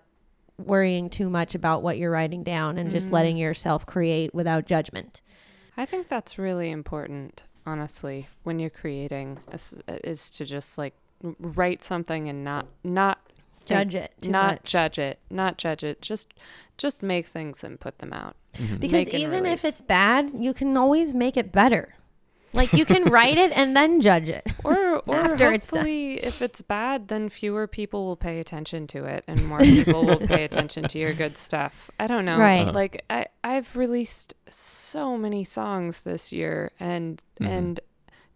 [SPEAKER 2] worrying too much about what you're writing down and just letting yourself create without judgment.
[SPEAKER 3] I think that's really important, honestly, when you're creating, is, is to just like write something and not not think-
[SPEAKER 2] Judge it too
[SPEAKER 3] not
[SPEAKER 2] much.
[SPEAKER 3] judge it, not judge it. Just just make things and put them out.
[SPEAKER 2] because
[SPEAKER 3] Make and
[SPEAKER 2] even if
[SPEAKER 3] release.
[SPEAKER 2] it's bad, you can always make it better. Like you can write it and then judge it. *laughs*
[SPEAKER 3] or or
[SPEAKER 2] After it's done.
[SPEAKER 3] hopefully if it's bad, then fewer people will pay attention to it, and more people will
[SPEAKER 2] *laughs*
[SPEAKER 3] pay attention to your good stuff. I don't know,
[SPEAKER 2] Right. Uh-huh.
[SPEAKER 3] Like I I've released so many songs this year, and and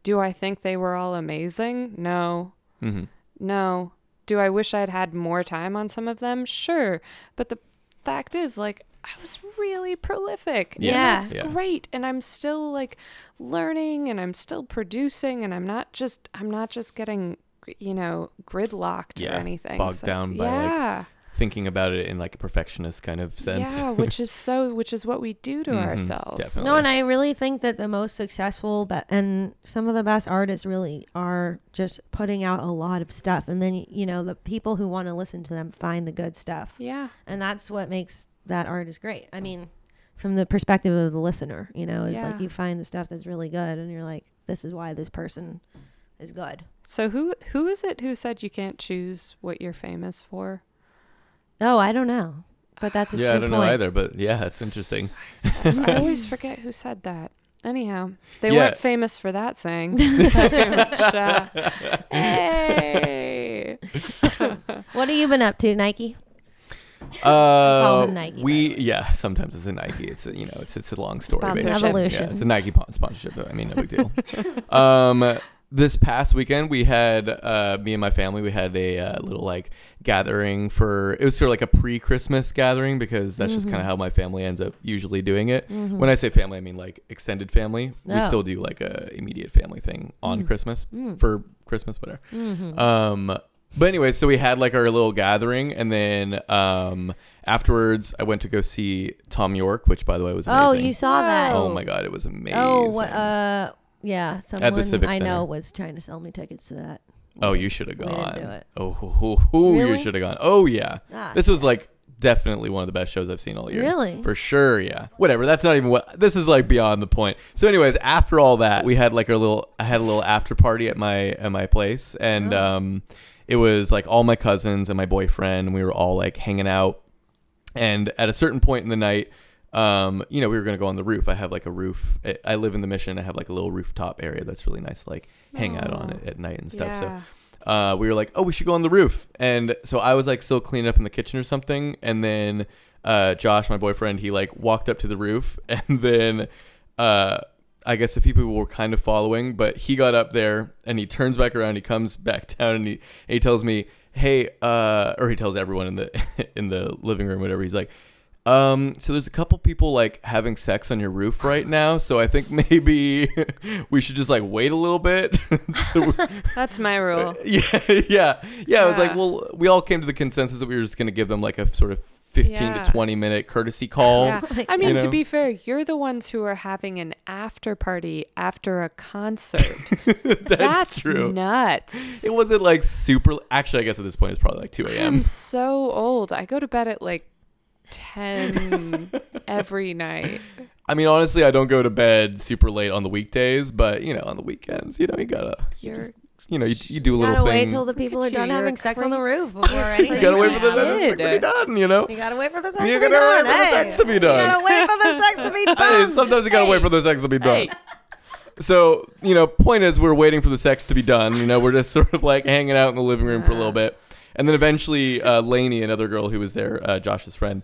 [SPEAKER 3] do I think they were all amazing? No,
[SPEAKER 1] hmm
[SPEAKER 3] no. Do I wish I'd had more time on some of them? Sure, but the fact is, like, I was really prolific. and
[SPEAKER 2] Yeah.
[SPEAKER 3] that's
[SPEAKER 1] Yeah.
[SPEAKER 3] great. And I'm still like learning, and I'm still producing, and I'm not just I'm not just getting you know gridlocked
[SPEAKER 1] Yeah,
[SPEAKER 3] or anything.
[SPEAKER 1] bogged down by, like,
[SPEAKER 3] yeah,
[SPEAKER 1] Thinking about it in like a perfectionist kind of sense.
[SPEAKER 3] yeah, which is so which is what we do to
[SPEAKER 1] Mhm,
[SPEAKER 3] ourselves.
[SPEAKER 1] definitely.
[SPEAKER 2] No, and I really think that the most successful be- and some of the best artists really are just putting out a lot of stuff, and then you know the people who want to listen to them find the good stuff,
[SPEAKER 3] Yeah,
[SPEAKER 2] and that's what makes that artist great. I mean, from the perspective of the listener, you know, it's like
[SPEAKER 3] Yeah.
[SPEAKER 2] you find the stuff that's really good, and you're like, this is why this person is good.
[SPEAKER 3] So who who is it who said you can't choose what you're famous for?
[SPEAKER 2] Oh, I don't know, but that's a
[SPEAKER 1] Yeah, I
[SPEAKER 2] true
[SPEAKER 1] don't know
[SPEAKER 2] point.
[SPEAKER 1] either, but yeah, it's interesting. *laughs*
[SPEAKER 3] I always forget who said that. Anyhow, they
[SPEAKER 1] Yeah.
[SPEAKER 3] weren't famous for that saying. *laughs* Very much, uh, hey.
[SPEAKER 2] What have you been up to, Nike?
[SPEAKER 1] Uh,
[SPEAKER 2] him Nike, by
[SPEAKER 1] we yeah. Sometimes it's a Nike. It's a, you know it's it's a long story.
[SPEAKER 3] Sponsorship.
[SPEAKER 1] basically.
[SPEAKER 2] Evolution.
[SPEAKER 1] Yeah, it's a Nike po- sponsorship. Though. I mean, no big
[SPEAKER 2] *laughs*
[SPEAKER 1] deal. um, this past weekend we had uh, me and my family. We had a uh, little like gathering for it was sort of like a pre-Christmas gathering because that's just
[SPEAKER 2] Mm-hmm.
[SPEAKER 1] kind of how my family ends up usually doing it. When I say family, I mean like extended family. We
[SPEAKER 2] Oh. Mm.
[SPEAKER 1] still do like a immediate family thing on Christmas for Christmas, whatever.
[SPEAKER 2] Mm-hmm.
[SPEAKER 1] Um, but anyway, so we had like our little gathering, and then um, afterwards, I went to go see Tom York, which by the way was
[SPEAKER 2] Oh,
[SPEAKER 1] amazing.
[SPEAKER 2] you saw that?
[SPEAKER 1] Oh my god, it was amazing.
[SPEAKER 2] Oh, wha- uh, yeah. Someone
[SPEAKER 1] Civic
[SPEAKER 2] I
[SPEAKER 1] Center.
[SPEAKER 2] know was trying to sell me tickets to that.
[SPEAKER 1] oh, you should have
[SPEAKER 2] we didn't
[SPEAKER 1] gone.
[SPEAKER 2] do it.
[SPEAKER 1] Oh, *laughs* hoo, hoo, hoo, you
[SPEAKER 2] Really?
[SPEAKER 1] should have gone. Oh yeah,
[SPEAKER 2] Ah,
[SPEAKER 1] this was like definitely one of the best shows I've seen all year.
[SPEAKER 2] Really?
[SPEAKER 1] For sure, yeah. Whatever. That's not even what this is like beyond the point. So anyways, after all that, we had like our little I had a little after party at my at my place and
[SPEAKER 2] Oh.
[SPEAKER 1] um it was like all my cousins and my boyfriend and we were all like hanging out and at a certain point in the night um you know we were going to go on the roof i have like a roof I- i live in the mission i have like a little rooftop area that's really nice to, like hang out on
[SPEAKER 2] Oh.
[SPEAKER 3] Aw.
[SPEAKER 1] it at night and stuff so
[SPEAKER 3] Yeah.
[SPEAKER 1] uh, we were like, oh, we should go on the roof. And so I was like still cleaning up in the kitchen or something. And then uh, Josh, my boyfriend, he like walked up to the roof. *laughs* And then uh, I guess a few people were kind of following, but he got up there and he turns back around. He comes back *laughs* down and he, and he tells me, hey, uh, or he tells everyone in the *laughs* in the living room, whatever. He's like, um, so there's a couple people like having sex on your roof right now. So I think *laughs* maybe we should just like wait a little bit. *laughs* so we
[SPEAKER 3] That's my rule.
[SPEAKER 1] yeah, *laughs* yeah, yeah. I was like,
[SPEAKER 3] Yeah.
[SPEAKER 1] well, we all came to the consensus that we were just going to give them like a sort of fifteen
[SPEAKER 3] Yeah.
[SPEAKER 1] to twenty minute courtesy call.
[SPEAKER 3] Yeah.
[SPEAKER 2] my
[SPEAKER 3] I mean,
[SPEAKER 1] uh, You know?
[SPEAKER 3] to be fair, you're the ones who are having an after party after a concert.
[SPEAKER 1] *laughs* *laughs* That's,
[SPEAKER 3] That's
[SPEAKER 1] true.
[SPEAKER 3] nuts.
[SPEAKER 1] it wasn't like super. Actually, I guess at this point it's probably like two a.m.
[SPEAKER 3] I'm so old. I go to bed at like
[SPEAKER 1] *laughs*
[SPEAKER 3] 10 every night.
[SPEAKER 1] I mean, honestly, I don't go to bed super late on the weekdays, but you know, on the weekends, you know, you gotta,
[SPEAKER 3] You're
[SPEAKER 1] you know, you, you do a
[SPEAKER 2] *laughs* gotta
[SPEAKER 1] little
[SPEAKER 2] wait
[SPEAKER 1] thing.
[SPEAKER 2] till the
[SPEAKER 3] Look
[SPEAKER 2] people
[SPEAKER 3] at
[SPEAKER 2] are done
[SPEAKER 3] you,
[SPEAKER 2] having
[SPEAKER 3] you're
[SPEAKER 2] sex
[SPEAKER 3] cra-
[SPEAKER 2] on the *laughs* roof before anything.
[SPEAKER 1] you gotta wait for the
[SPEAKER 3] Yeah.
[SPEAKER 1] sex to be done. You know,
[SPEAKER 2] You gotta wait for the sex
[SPEAKER 1] you
[SPEAKER 2] to be
[SPEAKER 1] gotta wait
[SPEAKER 2] done.
[SPEAKER 1] for the
[SPEAKER 2] hey.
[SPEAKER 1] sex to be done.
[SPEAKER 2] You gotta wait for the sex to
[SPEAKER 1] *laughs*
[SPEAKER 2] be
[SPEAKER 1] Hey,
[SPEAKER 2] done.
[SPEAKER 1] sometimes you gotta wait for the sex to be done.
[SPEAKER 3] Hey.
[SPEAKER 1] So, you know, point is we're waiting for the sex to be done. You know, we're just *laughs* sort of like hanging out in the living room for a little
[SPEAKER 2] Uh-huh.
[SPEAKER 1] bit. And then eventually uh, Lainey, another girl who was there, uh, Josh's friend,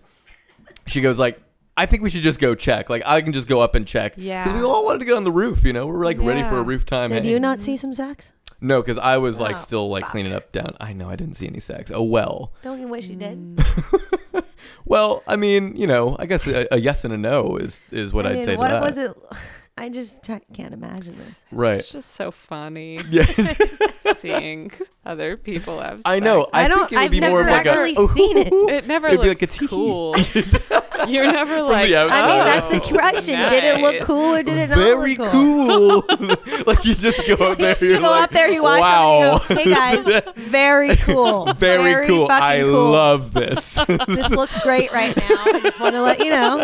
[SPEAKER 1] she goes like, I think we should just go check. Like, I can just go up and check.
[SPEAKER 3] Yeah.
[SPEAKER 1] Because we all wanted to get on the roof, you know? We're like ready for a
[SPEAKER 3] Yeah.
[SPEAKER 1] roof time.
[SPEAKER 2] Did
[SPEAKER 1] hang.
[SPEAKER 2] you not see some sex?
[SPEAKER 1] No, because I was like
[SPEAKER 2] Oh,
[SPEAKER 1] still like cleaning up down. I know I didn't see any sex. Oh, well.
[SPEAKER 2] Don't you wish you did?
[SPEAKER 1] Well, I mean, you know, I guess a, a yes and a no is, is what
[SPEAKER 2] I
[SPEAKER 1] I would
[SPEAKER 2] mean,
[SPEAKER 1] say to
[SPEAKER 2] what
[SPEAKER 1] that.
[SPEAKER 2] was it? *laughs* I just try- can't imagine this.
[SPEAKER 1] Right. *laughs*
[SPEAKER 3] It's just so funny
[SPEAKER 1] Yeah.
[SPEAKER 3] seeing other people have
[SPEAKER 1] I know.
[SPEAKER 3] sex.
[SPEAKER 1] I,
[SPEAKER 2] I don't.
[SPEAKER 1] Think it would
[SPEAKER 2] I've
[SPEAKER 1] be
[SPEAKER 2] never
[SPEAKER 1] *laughs* more of like
[SPEAKER 2] actually
[SPEAKER 1] a,
[SPEAKER 2] seen it.
[SPEAKER 3] It never
[SPEAKER 1] It'd be *laughs*
[SPEAKER 3] looks
[SPEAKER 1] like a tee-hee.
[SPEAKER 3] cool. You're never like. "Oh,
[SPEAKER 1] the
[SPEAKER 2] I
[SPEAKER 1] outside.
[SPEAKER 2] mean, that's
[SPEAKER 1] *laughs*
[SPEAKER 2] the question. Did it look
[SPEAKER 3] Nice.
[SPEAKER 2] cool or did it not
[SPEAKER 1] Very
[SPEAKER 2] look
[SPEAKER 1] cool. *laughs* like you just go up there.
[SPEAKER 2] *laughs* You
[SPEAKER 1] You're
[SPEAKER 2] go
[SPEAKER 1] like,
[SPEAKER 2] up there, you watch
[SPEAKER 1] wow.
[SPEAKER 2] it, and you go, hey guys, very cool.
[SPEAKER 1] *laughs* very,
[SPEAKER 2] *laughs*
[SPEAKER 1] cool.
[SPEAKER 2] fucking
[SPEAKER 1] I
[SPEAKER 2] cool. *laughs*
[SPEAKER 1] love this. *laughs*
[SPEAKER 2] This looks great right now. I just want to let you know.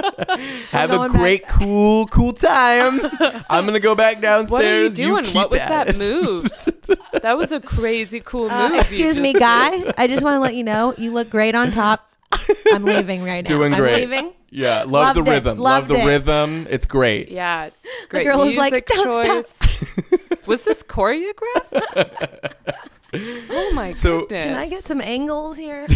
[SPEAKER 1] Have a
[SPEAKER 2] going back.
[SPEAKER 1] great, cool, cool
[SPEAKER 2] *laughs*
[SPEAKER 1] time. I'm gonna go back downstairs.
[SPEAKER 3] What are you doing?
[SPEAKER 1] keep
[SPEAKER 3] what was
[SPEAKER 1] at
[SPEAKER 3] that
[SPEAKER 1] it.
[SPEAKER 3] move? that was a crazy cool move.
[SPEAKER 2] Uh,
[SPEAKER 3] you
[SPEAKER 2] excuse me,
[SPEAKER 3] just
[SPEAKER 2] guy. I just want to let you know you look great on top.
[SPEAKER 1] *laughs*
[SPEAKER 2] I'm leaving right now.
[SPEAKER 1] Doing
[SPEAKER 2] I'm
[SPEAKER 1] great.
[SPEAKER 2] leaving.
[SPEAKER 1] *laughs* Yeah, love
[SPEAKER 2] Loved
[SPEAKER 1] the
[SPEAKER 2] it.
[SPEAKER 1] rhythm. Love
[SPEAKER 2] Loved
[SPEAKER 1] the
[SPEAKER 2] it.
[SPEAKER 1] rhythm. It's great.
[SPEAKER 3] Yeah, great
[SPEAKER 2] girl was
[SPEAKER 3] music
[SPEAKER 2] like, "Don't
[SPEAKER 3] choice. was this choreographed?
[SPEAKER 1] *laughs*
[SPEAKER 3] oh my
[SPEAKER 1] So-
[SPEAKER 3] goodness!
[SPEAKER 2] Can I get some
[SPEAKER 1] *laughs*
[SPEAKER 2] angles here?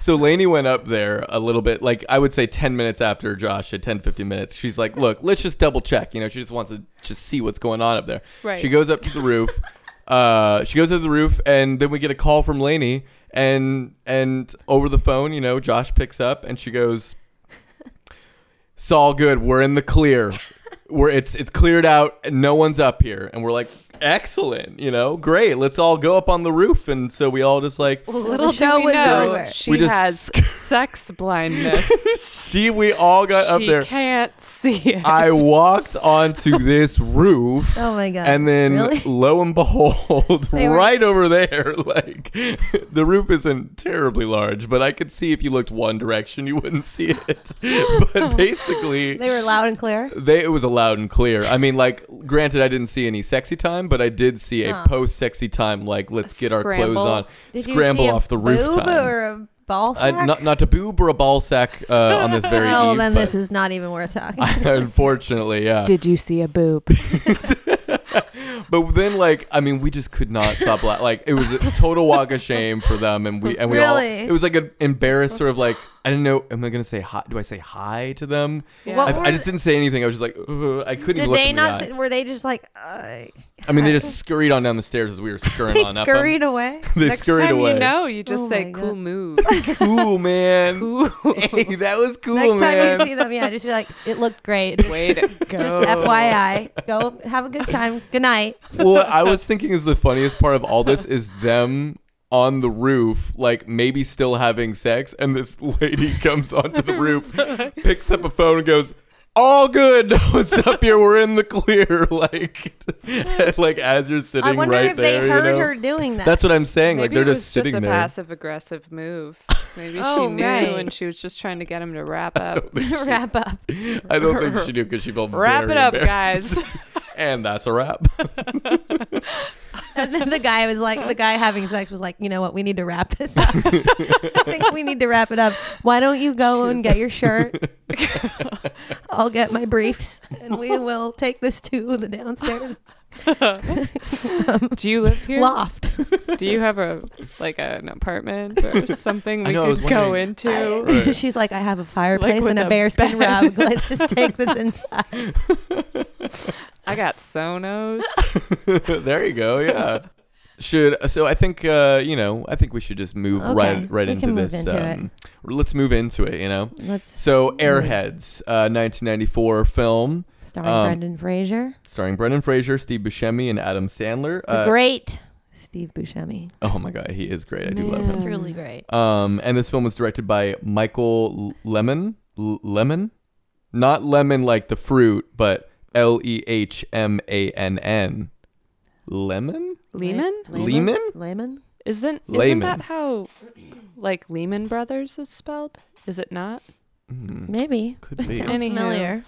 [SPEAKER 1] So Lainey went up there a little bit, like I would say 10 minutes after Josh at 10, 15 minutes. She's like, look, let's just double check. You know, she just wants to just see what's going on up there.
[SPEAKER 3] Right.
[SPEAKER 1] She goes up to the roof. uh, she goes up to the roof and then we get a call from Lainey and, and over the phone, you know, Josh picks up and she goes, it's all good. We're in the clear. We're it's it's cleared out. and No one's up here, and we're like, excellent. You know, great. Let's all go up on the roof. And so we all just like
[SPEAKER 3] Little
[SPEAKER 2] show
[SPEAKER 3] do we
[SPEAKER 2] was
[SPEAKER 3] know,
[SPEAKER 2] over.
[SPEAKER 3] she
[SPEAKER 1] We just- *laughs*
[SPEAKER 3] has sex blindness.
[SPEAKER 1] see. We all got up
[SPEAKER 3] she
[SPEAKER 1] there.
[SPEAKER 3] can't see
[SPEAKER 2] *laughs*
[SPEAKER 3] it. *laughs*
[SPEAKER 1] I walked onto this roof.
[SPEAKER 2] Oh my god.
[SPEAKER 1] And then
[SPEAKER 2] really?
[SPEAKER 1] lo and behold,
[SPEAKER 2] They were-
[SPEAKER 1] right over there, *laughs* like the roof isn't terribly large, but I could see if you looked one direction, you wouldn't see it. *laughs*
[SPEAKER 2] *laughs*
[SPEAKER 1] but basically,
[SPEAKER 2] they were loud and clear.
[SPEAKER 1] they it was a loud and clear. I mean, like, granted, I didn't see any sexy time, but I did see a
[SPEAKER 2] Huh.
[SPEAKER 1] post sexy time. Like, let's get our clothes
[SPEAKER 3] Scramble.
[SPEAKER 1] on,
[SPEAKER 2] Did
[SPEAKER 1] scramble
[SPEAKER 2] you see
[SPEAKER 1] off
[SPEAKER 2] a
[SPEAKER 1] the roof
[SPEAKER 2] boob
[SPEAKER 1] time.
[SPEAKER 2] or a ball
[SPEAKER 1] I-
[SPEAKER 2] sack?
[SPEAKER 1] not not a boob or a ball sack uh, on
[SPEAKER 2] *laughs*
[SPEAKER 1] this very
[SPEAKER 2] well,
[SPEAKER 1] eve,
[SPEAKER 2] then
[SPEAKER 1] but
[SPEAKER 2] this is not even worth talking.
[SPEAKER 1] *laughs* unfortunately, yeah.
[SPEAKER 3] Did you see a boob?
[SPEAKER 1] But then, like, I mean, we just could not stop. La- like, it was a total walk of shame for them, and we and we all.
[SPEAKER 2] Really?
[SPEAKER 1] It was like an embarrassed sort of like I didn't know. Am I gonna say hi? Do I say hi to them? *laughs*
[SPEAKER 3] Yeah.
[SPEAKER 2] What
[SPEAKER 1] I,
[SPEAKER 2] were-
[SPEAKER 1] I just didn't say anything. I was just like, "Ugh," I couldn't. even
[SPEAKER 2] Did
[SPEAKER 1] look
[SPEAKER 2] they
[SPEAKER 1] them in the
[SPEAKER 2] not?
[SPEAKER 1] eye.
[SPEAKER 2] Say, were they just like? Uh,
[SPEAKER 1] I mean, they just scurried on down the stairs as we were scurrying
[SPEAKER 2] they
[SPEAKER 1] on up. 'em.
[SPEAKER 2] scurried away.
[SPEAKER 1] They
[SPEAKER 3] Next
[SPEAKER 1] scurried
[SPEAKER 3] time
[SPEAKER 1] away.
[SPEAKER 3] you know, you just
[SPEAKER 2] Oh
[SPEAKER 3] say
[SPEAKER 2] my
[SPEAKER 3] cool
[SPEAKER 2] God.
[SPEAKER 3] move.
[SPEAKER 1] Cool,
[SPEAKER 2] *laughs*
[SPEAKER 1] man.
[SPEAKER 3] Cool.
[SPEAKER 1] Hey, that was cool,
[SPEAKER 2] Next
[SPEAKER 1] man.
[SPEAKER 2] time you see them, yeah, just be like, it
[SPEAKER 1] *laughs*
[SPEAKER 2] looked great.
[SPEAKER 3] Way
[SPEAKER 2] *laughs*
[SPEAKER 3] to go.
[SPEAKER 2] Just FYI, go have a good time. Good night.
[SPEAKER 1] well, what I was thinking is the funniest part of all this is them on the roof, like maybe still having sex, and this lady *laughs* comes onto the roof, picks up a phone, and goes, "All good. *laughs* What's up here? We're in the clear." *laughs* Like, like as you're *laughs* sitting
[SPEAKER 2] I wonder
[SPEAKER 1] right
[SPEAKER 2] if
[SPEAKER 1] there,
[SPEAKER 2] they
[SPEAKER 1] you
[SPEAKER 2] heard
[SPEAKER 1] know?
[SPEAKER 2] her doing that.
[SPEAKER 1] That's what I'm saying. like
[SPEAKER 3] Maybe
[SPEAKER 1] they're
[SPEAKER 3] it was
[SPEAKER 1] just sitting
[SPEAKER 3] a
[SPEAKER 1] there.
[SPEAKER 3] passive
[SPEAKER 1] *laughs*
[SPEAKER 3] aggressive move. Maybe
[SPEAKER 2] Oh,
[SPEAKER 3] she knew
[SPEAKER 2] right.
[SPEAKER 3] and she was just trying to get him to wrap up.
[SPEAKER 2] *laughs* wrap up.
[SPEAKER 1] *laughs* I don't think she knew because she felt
[SPEAKER 3] wrap
[SPEAKER 1] very
[SPEAKER 3] it up,
[SPEAKER 1] embarrassed.
[SPEAKER 3] guys.
[SPEAKER 1] And that's a wrap.
[SPEAKER 2] And then the guy was like, the guy having sex was like, you know what? We need to wrap
[SPEAKER 1] *laughs*
[SPEAKER 2] this up. *laughs* I think we need to wrap it up. Why don't you go
[SPEAKER 3] She was
[SPEAKER 2] and
[SPEAKER 1] *laughs*
[SPEAKER 2] get your shirt? I'll get my briefs and we will take this to the downstairs
[SPEAKER 3] *laughs*
[SPEAKER 2] um, *laughs*
[SPEAKER 3] Do you live here?
[SPEAKER 2] loft.
[SPEAKER 3] Do you have a like an apartment
[SPEAKER 1] *laughs*
[SPEAKER 3] or something
[SPEAKER 1] I
[SPEAKER 3] we
[SPEAKER 1] know, I was
[SPEAKER 3] could go
[SPEAKER 1] wondering.
[SPEAKER 3] into?
[SPEAKER 1] *laughs* Right.
[SPEAKER 2] *laughs* She's like, I have a fireplace
[SPEAKER 3] with
[SPEAKER 2] and a,
[SPEAKER 3] a
[SPEAKER 2] bearskin *laughs*
[SPEAKER 3] bed.
[SPEAKER 2] rug. Let's just take this inside.
[SPEAKER 3] I got Sonos.
[SPEAKER 1] *laughs*
[SPEAKER 2] *laughs*
[SPEAKER 1] there you go. Yeah. Should so I think uh, you know I think we should just move
[SPEAKER 2] Okay,
[SPEAKER 1] right right
[SPEAKER 2] we
[SPEAKER 1] into
[SPEAKER 2] can move
[SPEAKER 1] this.
[SPEAKER 2] into
[SPEAKER 1] um, Let's move into it. You know.
[SPEAKER 2] Let's
[SPEAKER 1] So Airheads, uh, 1994 film
[SPEAKER 2] starring
[SPEAKER 1] um,
[SPEAKER 2] Brendan Fraser,
[SPEAKER 1] starring Brendan Fraser, Steve Buscemi, and Adam Sandler.
[SPEAKER 2] the
[SPEAKER 1] Uh,
[SPEAKER 2] great Steve Buscemi.
[SPEAKER 1] oh my God, he is great. I do
[SPEAKER 3] Man.
[SPEAKER 1] love
[SPEAKER 2] He's
[SPEAKER 1] him.
[SPEAKER 2] truly great.
[SPEAKER 1] Um, and this film was directed by Michael L- Lemon. L- Lemon, not lemon like the fruit, but L E H M A N N. Lemon.
[SPEAKER 3] Lehman?
[SPEAKER 1] Lehman?
[SPEAKER 2] Lehman?
[SPEAKER 3] Isn't isn't
[SPEAKER 1] Lehman.
[SPEAKER 3] that how like Lehman Brothers is spelled? Is it not?
[SPEAKER 1] Hmm,
[SPEAKER 2] Maybe.
[SPEAKER 1] could
[SPEAKER 2] That
[SPEAKER 1] be.
[SPEAKER 2] sounds
[SPEAKER 3] Anywho.
[SPEAKER 2] familiar.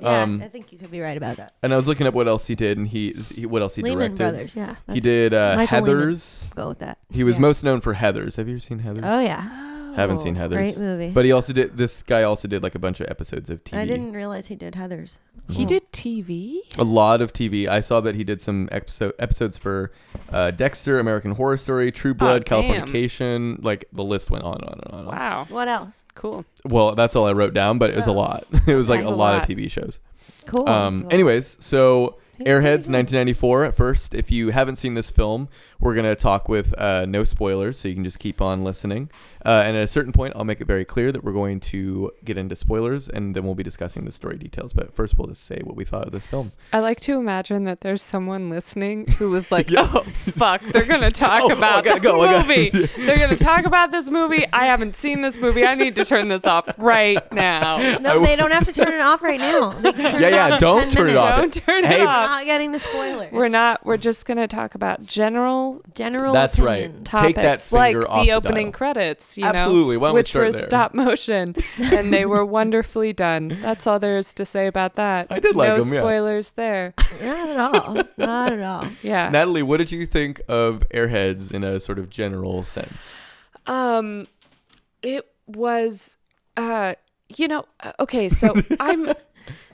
[SPEAKER 2] Yeah,
[SPEAKER 1] Um,
[SPEAKER 2] I think you could be right about that.
[SPEAKER 1] And I was looking up what else he did, and he, he what else he
[SPEAKER 2] Lehman
[SPEAKER 1] directed.
[SPEAKER 2] Brothers, yeah.
[SPEAKER 1] He
[SPEAKER 2] Let's
[SPEAKER 1] did uh,
[SPEAKER 2] Michael Lehman.
[SPEAKER 1] Heather's.
[SPEAKER 2] go with that.
[SPEAKER 1] He was
[SPEAKER 3] Yeah.
[SPEAKER 1] most known for Heather's. Have you ever seen Heather's?
[SPEAKER 2] Oh yeah,
[SPEAKER 1] Haven't
[SPEAKER 3] Oh.
[SPEAKER 1] seen Heather's.
[SPEAKER 2] great movie.
[SPEAKER 1] But he also did. This guy also did like a bunch of episodes of TV.
[SPEAKER 2] I didn't realize he did Heather's.
[SPEAKER 3] He did TV.
[SPEAKER 1] a lot of TV. I saw that he did some episode episodes for uh, Dexter, American Horror Story,
[SPEAKER 2] Oh,
[SPEAKER 1] True Blood,
[SPEAKER 3] damn.
[SPEAKER 1] Californication. Like the list went on and on and on. and on.
[SPEAKER 3] Wow,
[SPEAKER 2] What else?
[SPEAKER 3] cool.
[SPEAKER 1] Well, that's all I wrote down, but *laughs* it was a
[SPEAKER 2] Oh.
[SPEAKER 1] lot. it was like
[SPEAKER 3] That's
[SPEAKER 1] a
[SPEAKER 3] a
[SPEAKER 1] lot of
[SPEAKER 3] lot.
[SPEAKER 1] TV shows.
[SPEAKER 2] Cool.
[SPEAKER 1] Um,
[SPEAKER 3] Oh, so-
[SPEAKER 1] anyways, so
[SPEAKER 2] He's
[SPEAKER 1] Airheads,
[SPEAKER 2] pretty
[SPEAKER 1] 1994. At first, if you haven't seen this film, we're gonna talk with uh, no spoilers, so you can just keep on listening. Uh, and at a certain point, I'll make it very clear that we're going to get into spoilers, and then we'll be discussing the story details. But first, we'll just say what we thought of this film.
[SPEAKER 3] I like to imagine that there's someone listening
[SPEAKER 1] *laughs*
[SPEAKER 3] who was like,
[SPEAKER 1] Yeah.
[SPEAKER 3] "Oh fuck,
[SPEAKER 1] *laughs*
[SPEAKER 3] they're gonna talk
[SPEAKER 1] Oh, I
[SPEAKER 3] about
[SPEAKER 1] gotta
[SPEAKER 3] the
[SPEAKER 1] go, I gotta-
[SPEAKER 3] movie.
[SPEAKER 1] *laughs*
[SPEAKER 3] they're gonna talk about this movie. I haven't seen this movie. I need to turn this off
[SPEAKER 1] *laughs*
[SPEAKER 3] right now."
[SPEAKER 2] good. No, they don't have to turn it off
[SPEAKER 1] *laughs*
[SPEAKER 2] right now. They can turn
[SPEAKER 1] Yeah,
[SPEAKER 2] it
[SPEAKER 1] yeah,
[SPEAKER 2] off in
[SPEAKER 1] don't
[SPEAKER 2] 10
[SPEAKER 1] turn it
[SPEAKER 2] minutes.
[SPEAKER 1] off.
[SPEAKER 3] Don't turn
[SPEAKER 1] Hey.
[SPEAKER 3] it off.
[SPEAKER 2] Not getting the spoiler.
[SPEAKER 3] We're not. We're just gonna talk about general
[SPEAKER 2] General.
[SPEAKER 1] That's
[SPEAKER 2] opinion.
[SPEAKER 1] right.
[SPEAKER 3] topics
[SPEAKER 1] Take that
[SPEAKER 3] like
[SPEAKER 1] finger off
[SPEAKER 3] the
[SPEAKER 1] the
[SPEAKER 3] opening
[SPEAKER 1] dial.
[SPEAKER 3] credits. You
[SPEAKER 1] Absolutely.
[SPEAKER 3] Know,
[SPEAKER 1] Why don't we
[SPEAKER 3] which
[SPEAKER 1] start
[SPEAKER 3] was
[SPEAKER 1] there?
[SPEAKER 3] stop motion, and
[SPEAKER 1] *laughs*
[SPEAKER 3] they were wonderfully done. That's all there is to say about that.
[SPEAKER 1] I did like
[SPEAKER 3] no
[SPEAKER 1] 'em, yeah. *laughs*
[SPEAKER 3] spoilers there.
[SPEAKER 2] Not at all. Not at all.
[SPEAKER 3] Yeah.
[SPEAKER 1] Natalie, what did you think of Airheads in a sort of general sense?
[SPEAKER 3] Um, it was, uh, you know, uh, okay, so I'm,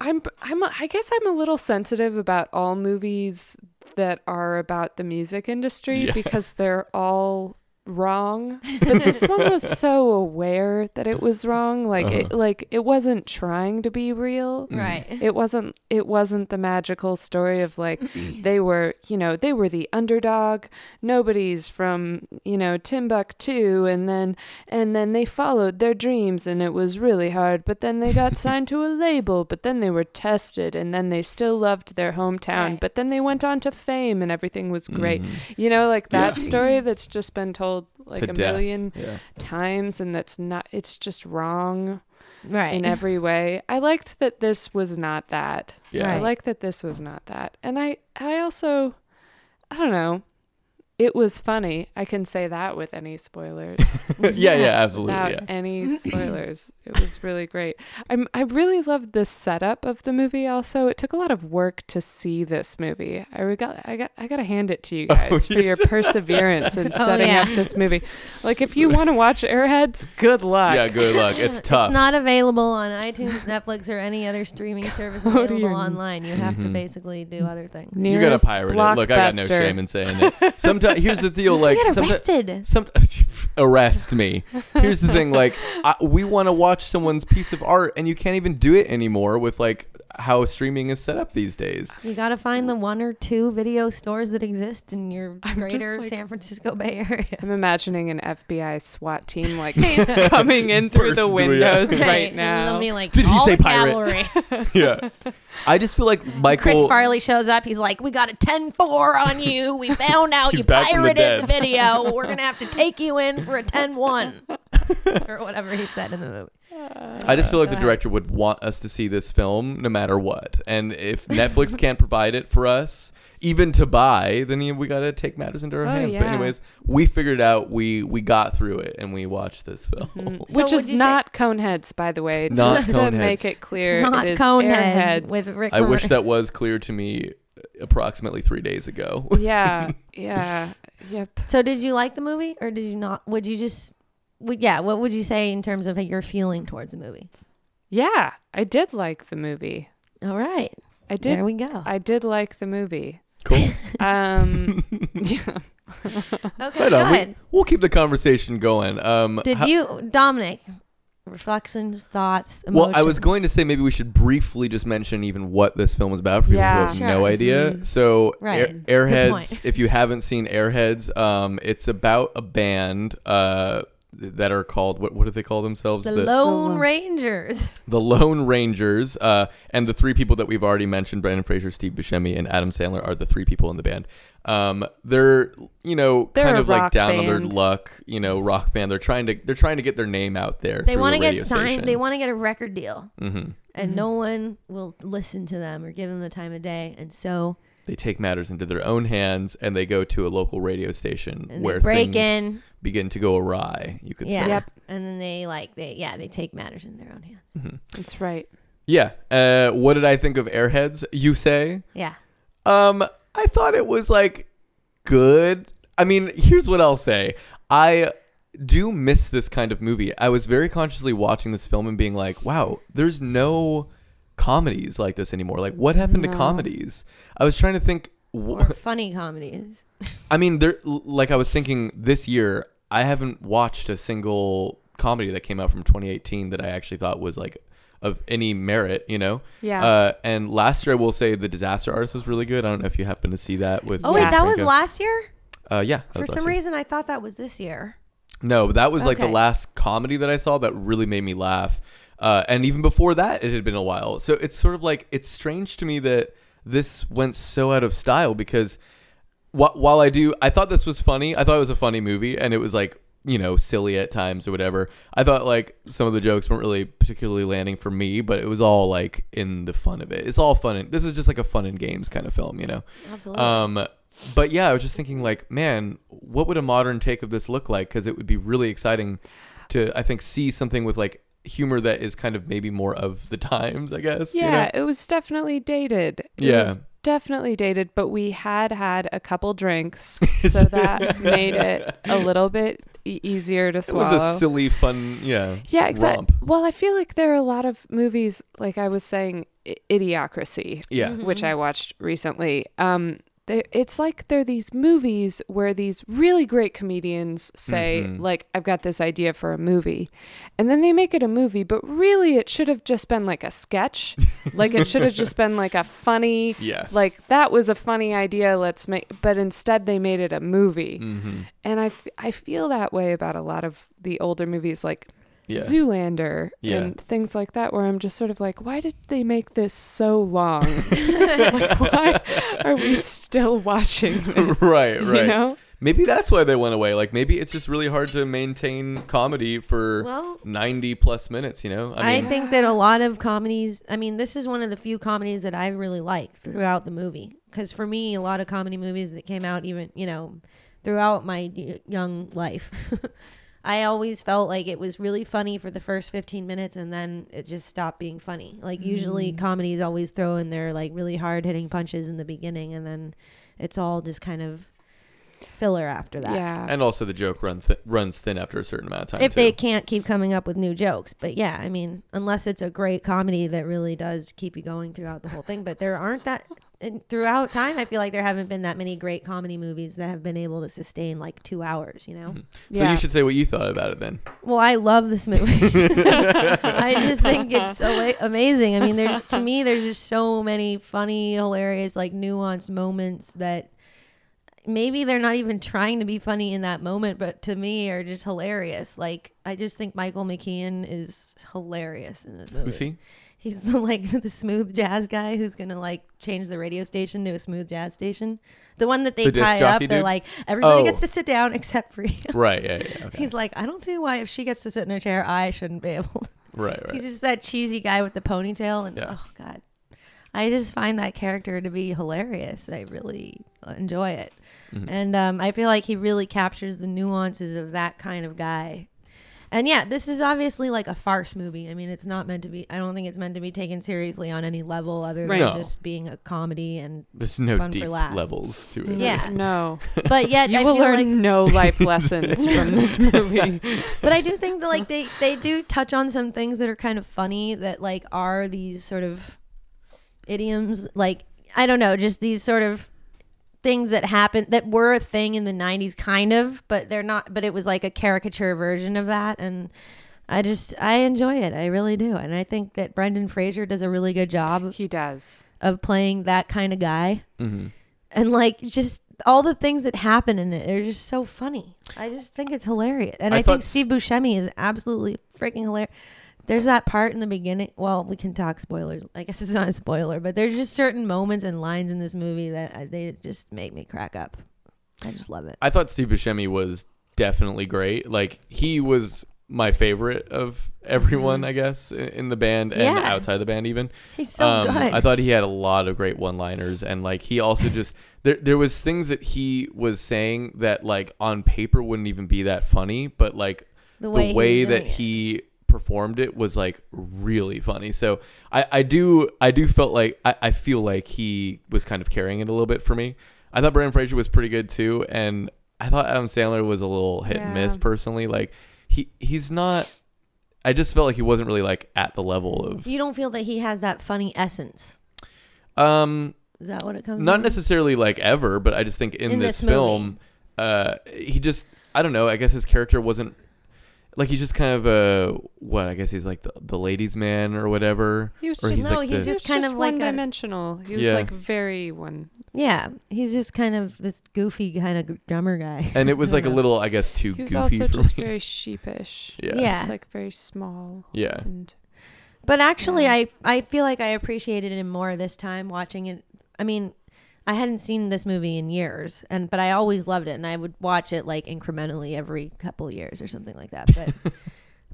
[SPEAKER 3] I'm, I'm, a, I guess I'm a little sensitive about all movies that are about the music industry
[SPEAKER 1] Yeah.
[SPEAKER 3] because they're all wrong. But this one was so aware that it was wrong. Like it,
[SPEAKER 1] Uh-huh.
[SPEAKER 3] like it wasn't trying to be real
[SPEAKER 2] Right.
[SPEAKER 3] it wasn't it wasn't the magical story
[SPEAKER 1] *clears throat*
[SPEAKER 3] of like they were you know they were the underdog nobody's from you know timbuktu and then and then they followed their dreams and it was really hard but then
[SPEAKER 1] *laughs*
[SPEAKER 3] they got signed to a label but then they were tested and then they still loved their hometown
[SPEAKER 2] Right.
[SPEAKER 3] but then they went on to fame and everything was great
[SPEAKER 1] Mm,
[SPEAKER 3] you know like
[SPEAKER 1] Mm-hmm.
[SPEAKER 3] that
[SPEAKER 1] Yeah.
[SPEAKER 3] story that's just been told like
[SPEAKER 1] To
[SPEAKER 3] a
[SPEAKER 1] death.
[SPEAKER 3] million
[SPEAKER 1] Yeah.
[SPEAKER 3] times and that's not it's just wrong
[SPEAKER 2] Right.
[SPEAKER 3] in every way. I liked that this was not that.
[SPEAKER 1] Yeah.
[SPEAKER 3] I
[SPEAKER 2] Right.
[SPEAKER 3] liked that this was not that. And I I also I don't know. It was funny. I can say that with any spoilers.
[SPEAKER 1] *laughs* *laughs* yeah, yeah, absolutely.
[SPEAKER 3] *laughs* Without
[SPEAKER 1] Yeah.
[SPEAKER 3] any spoilers. It was really great. I'm I really loved the setup of the movie also. It took a lot of work to see this movie. I re- got I got I gotta hand
[SPEAKER 1] *laughs*
[SPEAKER 3] it to you
[SPEAKER 1] Oh,
[SPEAKER 3] guys for your perseverance in setting
[SPEAKER 2] yeah.
[SPEAKER 3] up this movie. Like if you want to watch Airheads, good luck.
[SPEAKER 1] Yeah, good luck.
[SPEAKER 3] *laughs*
[SPEAKER 1] It's tough.
[SPEAKER 2] It's not available on iTunes, Netflix, or any other streaming service
[SPEAKER 3] Go to
[SPEAKER 2] available
[SPEAKER 3] your-
[SPEAKER 2] online. You have to
[SPEAKER 1] Mhm.
[SPEAKER 2] basically do other things.
[SPEAKER 1] you gotta pirate it. Look, I got no
[SPEAKER 3] blockbuster.
[SPEAKER 1] shame in saying it. Sometimes here's the deal, like
[SPEAKER 2] you get
[SPEAKER 1] someti-
[SPEAKER 2] arrested.
[SPEAKER 1] Some *laughs* arrest me. Here's the thing: like I, we want to watch someone's piece of art, and you can't even do it anymore with like how streaming is set up these days.
[SPEAKER 2] You got to find the one or two video stores that exist in *laughs* your
[SPEAKER 3] I'm just
[SPEAKER 2] greater
[SPEAKER 3] like-
[SPEAKER 2] San Francisco Bay *laughs* Area.
[SPEAKER 3] I'm imagining an FBI SWAT team
[SPEAKER 2] *laughs*
[SPEAKER 3] like *laughs* coming in through the
[SPEAKER 1] Burst through, yeah.
[SPEAKER 3] windows right
[SPEAKER 2] They'll
[SPEAKER 3] now.
[SPEAKER 2] be *laughs* like,
[SPEAKER 1] Did he
[SPEAKER 2] all
[SPEAKER 1] say
[SPEAKER 2] the
[SPEAKER 1] pirate?
[SPEAKER 2] cavalry. *laughs*
[SPEAKER 1] Yeah, I just feel like
[SPEAKER 2] Chris
[SPEAKER 1] Michael.
[SPEAKER 2] Farley shows up. He's like, "We got a 10-4 *laughs* on you. We found out
[SPEAKER 1] He's
[SPEAKER 2] you
[SPEAKER 1] back from the
[SPEAKER 2] pirated the,
[SPEAKER 1] dead.
[SPEAKER 2] video. Oh, We're gonna have to take you in for a 10-1. *laughs* or whatever he said in the movie. Uh,
[SPEAKER 1] I just feel like the
[SPEAKER 2] Go ahead.
[SPEAKER 1] director would want us to see this film no matter what, and if Netflix can't provide it for us. Even to buy, then you- we gotta take matters into our
[SPEAKER 3] Oh,
[SPEAKER 1] hands. But
[SPEAKER 3] yeah.
[SPEAKER 1] anyways, we figured out we we got through it and we watched this film.
[SPEAKER 2] So
[SPEAKER 3] Which
[SPEAKER 2] would
[SPEAKER 3] is
[SPEAKER 2] you say-
[SPEAKER 3] not Coneheads, by the way.
[SPEAKER 1] Not
[SPEAKER 3] just to
[SPEAKER 1] Coneheads.
[SPEAKER 3] make it clear,
[SPEAKER 2] Not
[SPEAKER 3] it is
[SPEAKER 2] Coneheads
[SPEAKER 1] *laughs*
[SPEAKER 3] Airheads.
[SPEAKER 2] with Rick.
[SPEAKER 1] I wish
[SPEAKER 2] Moran-
[SPEAKER 1] that was clear to me approximately three days ago.
[SPEAKER 3] yeah, yeah, yep.
[SPEAKER 2] So, did you like the movie, or did you not? Would you just? Would, yeah. What would you say in terms of your feeling towards the movie?
[SPEAKER 3] Yeah, I did like the movie.
[SPEAKER 2] All right,
[SPEAKER 3] I did.
[SPEAKER 2] there we *laughs* go.
[SPEAKER 3] I did like the movie.
[SPEAKER 1] Cool. *laughs*
[SPEAKER 3] Um, *laughs* yeah.
[SPEAKER 2] Okay,
[SPEAKER 1] Right
[SPEAKER 2] go
[SPEAKER 1] on.
[SPEAKER 2] ahead.
[SPEAKER 1] We, *laughs* we'll keep the conversation going. Um,
[SPEAKER 2] Did
[SPEAKER 1] ho-
[SPEAKER 2] you, Dominic? Reflections, thoughts,
[SPEAKER 1] well,
[SPEAKER 2] emotions.
[SPEAKER 1] I was going to say maybe we should briefly just mention even what this film is about for people who
[SPEAKER 3] Yeah.
[SPEAKER 1] have
[SPEAKER 2] Sure. Mm-hmm.
[SPEAKER 1] no idea.
[SPEAKER 3] Mhm.
[SPEAKER 1] So,
[SPEAKER 2] Right.
[SPEAKER 1] Air-
[SPEAKER 2] Good point.
[SPEAKER 1] Airheads. If you haven't seen Airheads, um, it's about a band uh, that are called what? What do they call themselves?
[SPEAKER 2] the,
[SPEAKER 1] The-
[SPEAKER 2] Lone
[SPEAKER 3] Lone-
[SPEAKER 2] Rangers.
[SPEAKER 1] the Lone Rangers, uh, and the three people that we've already mentioned, Brandon Fraser, Steve Buscemi, and Adam Sandler, are the three people in the band. Um, they're you know
[SPEAKER 3] They're
[SPEAKER 1] kind
[SPEAKER 3] a
[SPEAKER 1] of like
[SPEAKER 3] rock
[SPEAKER 1] down on their
[SPEAKER 3] band.
[SPEAKER 1] luck, you know, rock band. They're trying to they're trying to get their name out there.
[SPEAKER 2] They
[SPEAKER 1] want to
[SPEAKER 2] get signed. They want to get a record deal,
[SPEAKER 1] hmm
[SPEAKER 2] and no one will listen to them or give them the time of day, and so
[SPEAKER 1] They take matters into their own hands, and they go to a local radio station
[SPEAKER 2] and
[SPEAKER 1] where
[SPEAKER 2] they break
[SPEAKER 1] things
[SPEAKER 2] in.
[SPEAKER 1] begin to go awry. You could
[SPEAKER 2] Yeah.
[SPEAKER 1] say.
[SPEAKER 3] Yep.
[SPEAKER 2] And then they like they yeah they take matters in their own hands.
[SPEAKER 3] That's right.
[SPEAKER 1] Yeah. Uh, what did I think of Airheads? You say.
[SPEAKER 2] Yeah.
[SPEAKER 1] Um, I thought it was like good. I mean, here's what I'll say. I do miss this kind of movie. I was very consciously watching this film and being like, wow, there's no comedies like this anymore. Like, what happened to
[SPEAKER 3] No.
[SPEAKER 1] comedies? I was trying to think.
[SPEAKER 2] Or
[SPEAKER 1] wh-
[SPEAKER 2] funny comedies.
[SPEAKER 1] I mean, there. Like, I was thinking this year, I haven't watched a single comedy that came out from 2018 that I actually thought was like of any merit, you know.
[SPEAKER 3] Yeah.
[SPEAKER 1] Uh, and last year, I will say the Disaster Artist is really good. I don't know if you happen to see that with.
[SPEAKER 2] Oh wait, that
[SPEAKER 3] Yes.
[SPEAKER 2] was
[SPEAKER 1] Franco.
[SPEAKER 2] last year.
[SPEAKER 1] Uh, yeah. that
[SPEAKER 2] For
[SPEAKER 1] was
[SPEAKER 2] some
[SPEAKER 1] last year.
[SPEAKER 2] reason, I thought that was this year.
[SPEAKER 1] No, but that was like the
[SPEAKER 2] Okay.
[SPEAKER 1] last comedy that I saw that really made me laugh. Uh, and even before that, it had been a while. So it's sort of like it's strange to me that this went so out of style because wh- while I do, I thought this was funny. I thought it was a funny movie, and it was like you know silly at times or whatever. I thought like some of the jokes weren't really particularly landing for me, but it was all like in the fun of it. It's all fun. And, this is just like a fun and games kind of film, you know.
[SPEAKER 2] Absolutely.
[SPEAKER 1] Um, but yeah, I was just thinking, like, man, what would a modern take of this look like? Because it would be really exciting to, I think, see something with like humor that is kind of maybe more of the times, I guess. you know?
[SPEAKER 3] Yeah, it was definitely dated. It
[SPEAKER 1] Yeah.
[SPEAKER 3] was definitely dated, but we had had a couple
[SPEAKER 1] *laughs*
[SPEAKER 3] drinks, so that made it a little bit e- easier to
[SPEAKER 1] It
[SPEAKER 3] swallow.
[SPEAKER 1] was a silly, fun, yeah.
[SPEAKER 3] yeah, exactly.
[SPEAKER 1] romp.
[SPEAKER 3] Well, I feel like there are a lot of movies, like I was saying, I- Idiocracy,
[SPEAKER 1] Yeah.
[SPEAKER 3] which I watched recently. Um, they, it's like there are these movies where these really great comedians say, like, I've got this idea for a movie. And then they make it a movie, but really it should have just been like a sketch. like, it should have just been like a funny,
[SPEAKER 1] Yeah.
[SPEAKER 3] like, that was a funny idea. Let's make, but instead they made it a movie. And I, f- I feel that way about a lot of the older movies, like
[SPEAKER 1] Yeah.
[SPEAKER 3] Zoolander
[SPEAKER 1] Yeah.
[SPEAKER 3] and things like that, where I'm just sort of like, why did they make this
[SPEAKER 1] *laughs*
[SPEAKER 3] so long? like, why are we
[SPEAKER 1] *laughs*
[SPEAKER 3] still watching
[SPEAKER 2] *laughs*
[SPEAKER 3] this?
[SPEAKER 1] right, right.
[SPEAKER 3] You know?
[SPEAKER 1] Maybe that's why they went away. Like, maybe it's just really hard to maintain comedy for
[SPEAKER 2] Well-
[SPEAKER 1] 90 plus minutes, you know?
[SPEAKER 2] I,
[SPEAKER 1] I mean,
[SPEAKER 2] think that a lot of comedies. I mean, this is one of the few comedies that I really like throughout the movie. Because for me, a lot of comedy movies that came out, even you know, throughout my y- young life, *laughs* I always felt like it was really funny for the first fifteen minutes, and then it just stopped being funny. Like usually, comedies always throw in their like really hard hitting punches in the beginning, and then it's all just kind of filler after that.
[SPEAKER 3] Yeah.
[SPEAKER 1] and also the joke run th- runs thin after a certain amount of time.
[SPEAKER 2] if
[SPEAKER 1] too.
[SPEAKER 2] they can't keep coming up with new jokes. But yeah, I mean, unless it's a great comedy that really does keep you going throughout the whole thing. But there aren't that and throughout time. I feel like there haven't been that many great comedy movies that have been able to sustain like two hours. You know.
[SPEAKER 1] So
[SPEAKER 3] Yeah.
[SPEAKER 1] you should say what you thought about it
[SPEAKER 2] *laughs*
[SPEAKER 1] then.
[SPEAKER 2] Well, I love
[SPEAKER 1] *laughs*
[SPEAKER 2] this movie. I just think it's so a- amazing. I mean, there's to me, there's just so many funny, hilarious, like nuanced moments that maybe they're not even trying to be funny in that moment, but to me are just hilarious. Like I just think Michael McKean is hilarious in this movie.
[SPEAKER 1] Who's he?
[SPEAKER 2] He's the, like *laughs* the smooth jazz guy who's gonna like change the radio station to a smooth jaz station. The one that they
[SPEAKER 1] The disc
[SPEAKER 2] tie up,
[SPEAKER 1] jockey
[SPEAKER 2] they're
[SPEAKER 1] dude?
[SPEAKER 2] like everybody
[SPEAKER 1] Oh.
[SPEAKER 2] gets to sit down except for you.
[SPEAKER 1] Right, yeah, yeah. Okay.
[SPEAKER 2] He's like, I don't see why if she gets to sit in her chair, I shouldn't be able. To.
[SPEAKER 1] right, right.
[SPEAKER 2] He's just that cheesy guy with the ponytail, and
[SPEAKER 1] Yeah.
[SPEAKER 2] oh god, I just find that character to be hilarious. I really enjoy it,
[SPEAKER 1] Hmm. Mm-hmm.
[SPEAKER 2] and um, I feel like he really captures the nuances of that kind of guy. And yeah, this is obviously like a farce movie. I mean, it's not meant to be. I don't think it's meant to be taken seriously on any level other
[SPEAKER 1] Right.
[SPEAKER 2] than
[SPEAKER 1] No.
[SPEAKER 2] just being a comedy. And
[SPEAKER 1] There's no
[SPEAKER 2] Fun for
[SPEAKER 1] deep
[SPEAKER 2] laughs.
[SPEAKER 1] levels to it.
[SPEAKER 2] *laughs* Yeah.
[SPEAKER 3] No.
[SPEAKER 1] *laughs*
[SPEAKER 2] but yet,
[SPEAKER 3] You
[SPEAKER 2] I
[SPEAKER 3] will
[SPEAKER 2] feel
[SPEAKER 3] learn
[SPEAKER 2] like-
[SPEAKER 3] no life lessons from
[SPEAKER 2] *laughs*
[SPEAKER 3] this movie.
[SPEAKER 2] but I do think that like they they do touch on some things that are kind of funny that like are these sort of idioms like I don't know just these sort of things that happened that were a thing in the 90s kind of but they're not but it was like a caricature version of that and I just I enjoy it I really do and I think that Brendan Fraser does a really good job
[SPEAKER 3] He does.
[SPEAKER 2] of playing that kind of guy
[SPEAKER 1] Mhm.
[SPEAKER 2] and like just all the things that happen in it are just so funny. I just think it's hilarious, and
[SPEAKER 1] I
[SPEAKER 2] I,
[SPEAKER 1] thought
[SPEAKER 2] think Steve Buscemi is absolutely freaking hilarious. There's that part in the beginning. Well, we can talk spoilers. I guess it's not a spoiler, but there's just certain moments and lines in this movie that I, they just make me crack up. I just love it.
[SPEAKER 1] I thought Steve Buscemi was definitely great. Like he was my favorite of everyone, I guess, i- in the band and
[SPEAKER 2] Mm-hmm. Yeah.
[SPEAKER 1] outside the band even.
[SPEAKER 2] He's so
[SPEAKER 1] Um,
[SPEAKER 2] good.
[SPEAKER 1] I thought he had a lot of great one-liners and like he also just there there was things that he was saying that like on paper wouldn't even be that funny, but like
[SPEAKER 2] The way he
[SPEAKER 1] the
[SPEAKER 2] was
[SPEAKER 1] way that
[SPEAKER 2] doing it.
[SPEAKER 1] he performed it was like really funny. So I, I do I do felt like I, I feel like he was kind of carrying it a little bit for me. I thought Brandon Fraser was pretty good too, and I thought Adam Sandler was a little hit and miss
[SPEAKER 3] Yeah.
[SPEAKER 1] personally. Like he he's not I just felt like he wasn't really like at the level of
[SPEAKER 2] you don't feel that he has that funny essence.
[SPEAKER 1] um
[SPEAKER 2] Is that what it comes?
[SPEAKER 1] not
[SPEAKER 2] down to?
[SPEAKER 1] necessarily like ever, but I just think in,
[SPEAKER 2] In
[SPEAKER 1] this,
[SPEAKER 2] this movie.
[SPEAKER 1] film, uh, he just I don't know. I guess his character wasn't Like he's just kind of a what? I guess he's like the, the ladies' man or whatever.
[SPEAKER 3] He was
[SPEAKER 1] or
[SPEAKER 3] just-
[SPEAKER 2] No,
[SPEAKER 1] like
[SPEAKER 2] he's
[SPEAKER 1] the-
[SPEAKER 2] just kind of like a-
[SPEAKER 3] one dimensional. He was
[SPEAKER 1] Yeah.
[SPEAKER 3] like very one.
[SPEAKER 2] Yeah, he's just kind of this goofy kind of g- drummer guy.
[SPEAKER 1] and it was
[SPEAKER 3] I
[SPEAKER 1] like a
[SPEAKER 3] don't know.
[SPEAKER 1] little, I guess, too
[SPEAKER 3] He was
[SPEAKER 1] goofy
[SPEAKER 3] also
[SPEAKER 1] for
[SPEAKER 3] just
[SPEAKER 1] me.
[SPEAKER 3] very sheepish.
[SPEAKER 1] *laughs* Yeah.
[SPEAKER 2] Yeah.
[SPEAKER 3] Just like very small.
[SPEAKER 1] Yeah.
[SPEAKER 3] And
[SPEAKER 2] But actually,
[SPEAKER 3] Yeah.
[SPEAKER 2] I I feel like I appreciated him more this time watching it. I mean, I hadn't seen this movie in years, and but I always loved it, and I would watch it like incrementally every couple years or something like that. But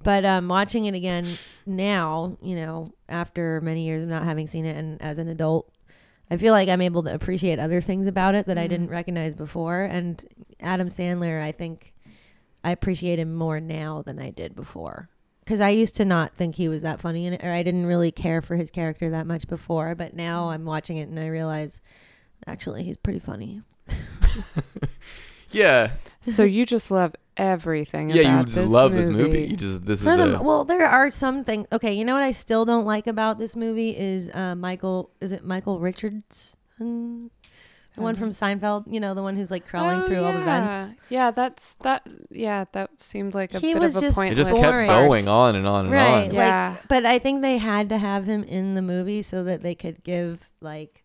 [SPEAKER 2] but um, watching it again now, you know, after many years of not having seen it, and as an adult, I feel like I'm able to appreciate other things about it that I
[SPEAKER 3] Mm.
[SPEAKER 2] didn't recognize before. And Adam Sandler, I think I appreciate him more now than I did before because I used to not think he was that funny in it, or I didn't really care for his character that much before. But now I'm watching it and I realize actually he's pretty funny.
[SPEAKER 1] yeah,
[SPEAKER 3] so you just love everything.
[SPEAKER 1] yeah. You
[SPEAKER 3] about
[SPEAKER 1] just
[SPEAKER 3] this
[SPEAKER 1] love
[SPEAKER 3] movie.
[SPEAKER 1] this movie. You just this is
[SPEAKER 2] For the-
[SPEAKER 1] a
[SPEAKER 2] well, there are some things. Okay, you know what I still don't like about this movie is uh, Michael. Is it Michael Richards? Hmm. The
[SPEAKER 3] I
[SPEAKER 2] one
[SPEAKER 3] don't
[SPEAKER 2] from Seville, you know, the one who's like crawling
[SPEAKER 3] Oh,
[SPEAKER 2] through all the
[SPEAKER 3] yeah.
[SPEAKER 2] vents.
[SPEAKER 3] Yeah, that's that. Yeah, that seemed like a
[SPEAKER 2] He
[SPEAKER 3] bit
[SPEAKER 2] was
[SPEAKER 3] of a
[SPEAKER 2] just
[SPEAKER 1] it
[SPEAKER 3] pointless.
[SPEAKER 1] just kept
[SPEAKER 2] Boring.
[SPEAKER 1] going on and on and
[SPEAKER 2] Right,
[SPEAKER 1] on.
[SPEAKER 2] like-
[SPEAKER 3] Yeah,
[SPEAKER 2] But I think they had to have him in the movie so that they could give like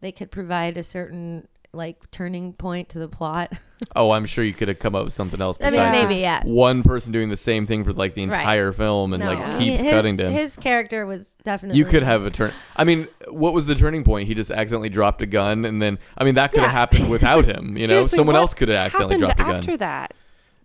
[SPEAKER 2] they could provide a certain like turning point to the plot.
[SPEAKER 1] Oh, I'm sure you could have come up with something else
[SPEAKER 2] I
[SPEAKER 1] besides
[SPEAKER 2] mean,
[SPEAKER 3] Yeah.
[SPEAKER 2] maybe yeah.
[SPEAKER 1] just one person doing the same thing for like the
[SPEAKER 2] Right.
[SPEAKER 1] entire film and
[SPEAKER 3] No.
[SPEAKER 1] like
[SPEAKER 2] he-
[SPEAKER 1] keeps
[SPEAKER 2] his,
[SPEAKER 1] cutting them.
[SPEAKER 2] His character was definitely.
[SPEAKER 1] You could have a turn. I mean, what was the turning point? He just accidentally dropped a gun, and then I mean that could have
[SPEAKER 3] Yeah.
[SPEAKER 1] happened without him. You know,
[SPEAKER 3] Seriously,
[SPEAKER 1] someone
[SPEAKER 3] what
[SPEAKER 1] else could have accidentally
[SPEAKER 3] happened
[SPEAKER 1] dropped a gun.
[SPEAKER 3] after that.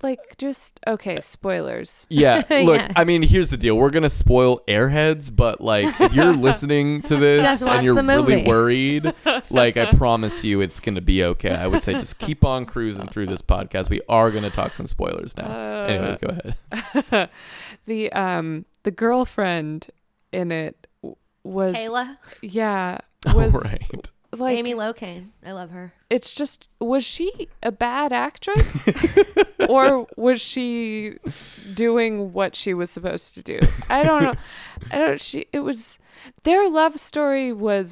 [SPEAKER 3] Like, just okay. Spoilers. *laughs*
[SPEAKER 1] Yeah,
[SPEAKER 2] Yeah.
[SPEAKER 1] look, I mean, here's the deal. We're going to spoil Airheads, but like if
[SPEAKER 3] *laughs*
[SPEAKER 1] you're listening to this
[SPEAKER 2] Just
[SPEAKER 1] and
[SPEAKER 2] watch
[SPEAKER 1] you're
[SPEAKER 2] the
[SPEAKER 1] really
[SPEAKER 2] movie.
[SPEAKER 1] worried, like I promise you it's going to be okay. I would say just keep on cruising through this podcast. We are going to talk some spoilers now.
[SPEAKER 3] Uh,
[SPEAKER 1] Anyways, go ahead.
[SPEAKER 3] *laughs* the um the girlfriend in it w- was
[SPEAKER 2] Kayla,
[SPEAKER 1] *laughs*
[SPEAKER 3] yeah
[SPEAKER 1] All
[SPEAKER 3] was
[SPEAKER 1] Oh, right.
[SPEAKER 3] like
[SPEAKER 2] Amy Locane. I love *laughs* her.
[SPEAKER 3] it's just was she a bad
[SPEAKER 1] *laughs*
[SPEAKER 3] actress or was she doing what she was supposed to do i don't know i don't she it was their love story was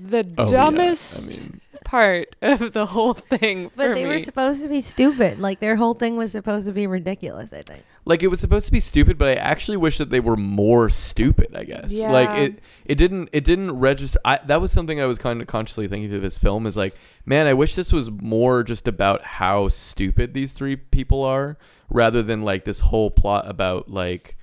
[SPEAKER 3] the
[SPEAKER 1] *laughs* Oh, yeah.
[SPEAKER 3] dumbest
[SPEAKER 1] I mean,
[SPEAKER 3] part of the whole thing
[SPEAKER 2] But
[SPEAKER 3] for
[SPEAKER 2] they
[SPEAKER 3] me.
[SPEAKER 2] were supposed to be stupid. Like their whole thing was supposed to be ridiculous. I think.
[SPEAKER 1] like it was supposed to be stupid, but I actually wish that they were more stupid. I guess like
[SPEAKER 3] Yeah.
[SPEAKER 1] it it didn't it didn't register. I, that was something I was kind of consciously thinking through this film is like, man, I wish this was more just about how stupid these three people are, rather than like this whole plot about like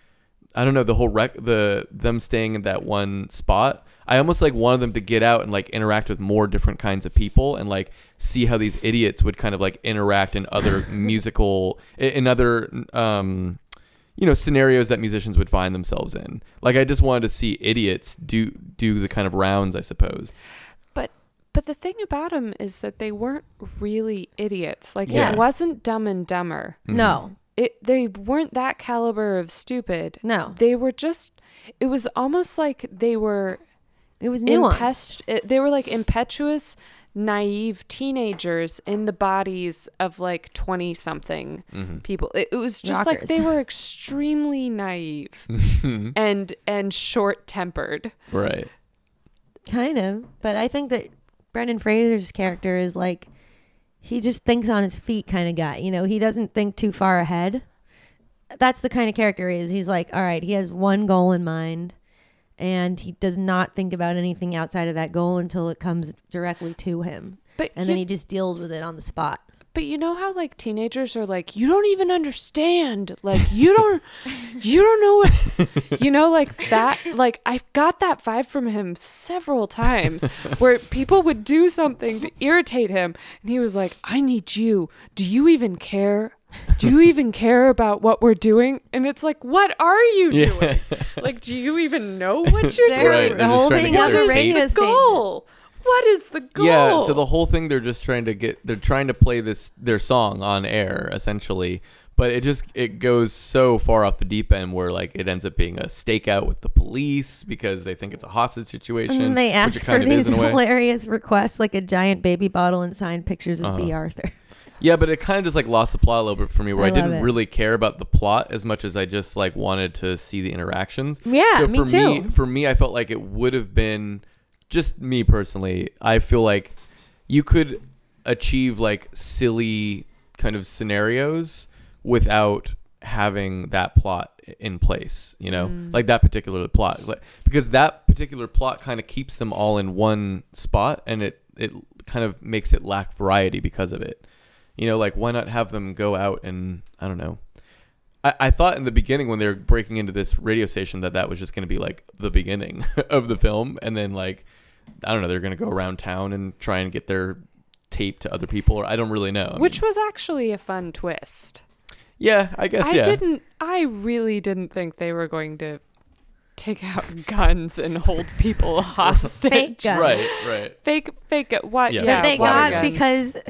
[SPEAKER 1] I don't know the whole rec the them staying in that one spot. I almost like wanted them to get out and like interact with more different kinds of people and like see how these idiots would kind of like interact in other musical i- in other um you know scenarios that musicians would find themselves in. Like I just wanted to see idiots do do the kind of rounds, I suppose. *laughs*
[SPEAKER 3] But but the thing about them is that they weren't really idiots. Like
[SPEAKER 1] Yeah.
[SPEAKER 3] it wasn't Dumb and Dumber.
[SPEAKER 1] Mm-hmm.
[SPEAKER 2] No,
[SPEAKER 3] It they weren't that caliber of stupid.
[SPEAKER 2] no,
[SPEAKER 3] They were just. It was almost like they were
[SPEAKER 2] it was nuanced.
[SPEAKER 3] impest- it- They were like impetuous, naive teenagers in the bodies of like twenty something people. It, it was just like
[SPEAKER 2] Rockers.
[SPEAKER 3] they were extremely naive
[SPEAKER 1] Mm.
[SPEAKER 3] and and short tempered.
[SPEAKER 1] Right.
[SPEAKER 2] kind of. But I think that Brendan Fraser's character is like he just thinks on his feet kind of guy. You know, he doesn't think too far ahead. That's the kind of character he is. He's like, all right, he has one goal in mind. And he does not think about anything outside of that goal until it comes directly to him.
[SPEAKER 3] But
[SPEAKER 2] and
[SPEAKER 3] you
[SPEAKER 2] then he just deals with it on the spot.
[SPEAKER 3] But you know how like teenagers are like, you don't even understand. Like you don't you don't know
[SPEAKER 1] *laughs*
[SPEAKER 3] what you know, like that like I've got that vibe from him several times where people would do something to irritate him and he was like, I need you. Do you even care? Do you even care about what we're doing? And it's like, what are you doing? Like, do you even
[SPEAKER 1] *laughs*
[SPEAKER 3] know what you're
[SPEAKER 2] They're
[SPEAKER 1] Right, they're just trying
[SPEAKER 3] doing?
[SPEAKER 1] to
[SPEAKER 2] holding
[SPEAKER 1] get
[SPEAKER 2] up
[SPEAKER 1] their
[SPEAKER 2] a
[SPEAKER 1] feet.
[SPEAKER 2] radio
[SPEAKER 3] The
[SPEAKER 2] station.
[SPEAKER 3] goal. What is the goal?
[SPEAKER 1] Yeah, so the whole thing they're just trying to get they're trying to play this their song on air essentially, but it just it goes so far off the deep end where like it ends up being a stakeout with the police because they think it's a hostage situation.
[SPEAKER 2] And then they
[SPEAKER 1] which it
[SPEAKER 2] ask for
[SPEAKER 1] kind of is
[SPEAKER 2] these
[SPEAKER 1] in a way.
[SPEAKER 2] hilarious requests, like a giant baby bottle and signed pictures of B.
[SPEAKER 1] Uh-huh.
[SPEAKER 2] Arthur.
[SPEAKER 1] Yeah, but it kind of just like lost the plot a little bit for me, where
[SPEAKER 2] I
[SPEAKER 1] I,
[SPEAKER 2] love
[SPEAKER 1] didn't
[SPEAKER 2] it.
[SPEAKER 1] really care about the plot as much as I just like wanted to see the interactions.
[SPEAKER 2] Yeah,
[SPEAKER 1] so
[SPEAKER 2] me
[SPEAKER 1] for
[SPEAKER 2] too.
[SPEAKER 1] Me, for me, I felt like it would have been just me personally. I feel like you could achieve like silly kind of scenarios without having that plot in place, you know,
[SPEAKER 2] Mm.
[SPEAKER 1] like that particular plot, like, because that particular plot kind of keeps them all in one spot, and it it kind of makes it lack variety because of it. You know, like why not have them go out and I don't know. I, I thought in the beginning when they were breaking into this radio station that that was just going to be like the beginning *laughs* of the film, and then like I don't know, they're going to go around town and try and get their tape to other people, or I don't really know. I
[SPEAKER 3] which
[SPEAKER 1] mean,
[SPEAKER 3] was actually a fun twist.
[SPEAKER 1] yeah, I guess
[SPEAKER 3] I
[SPEAKER 1] yeah.
[SPEAKER 3] didn't. I really didn't think they were going to take out *laughs* guns and hold
[SPEAKER 1] *laughs*
[SPEAKER 3] people hostage.
[SPEAKER 2] Fake guns.
[SPEAKER 1] Right, right.
[SPEAKER 3] Fake, fake. gu- What?
[SPEAKER 1] Yeah,
[SPEAKER 3] Yeah.
[SPEAKER 1] That
[SPEAKER 2] that they
[SPEAKER 3] water
[SPEAKER 2] got
[SPEAKER 1] guns.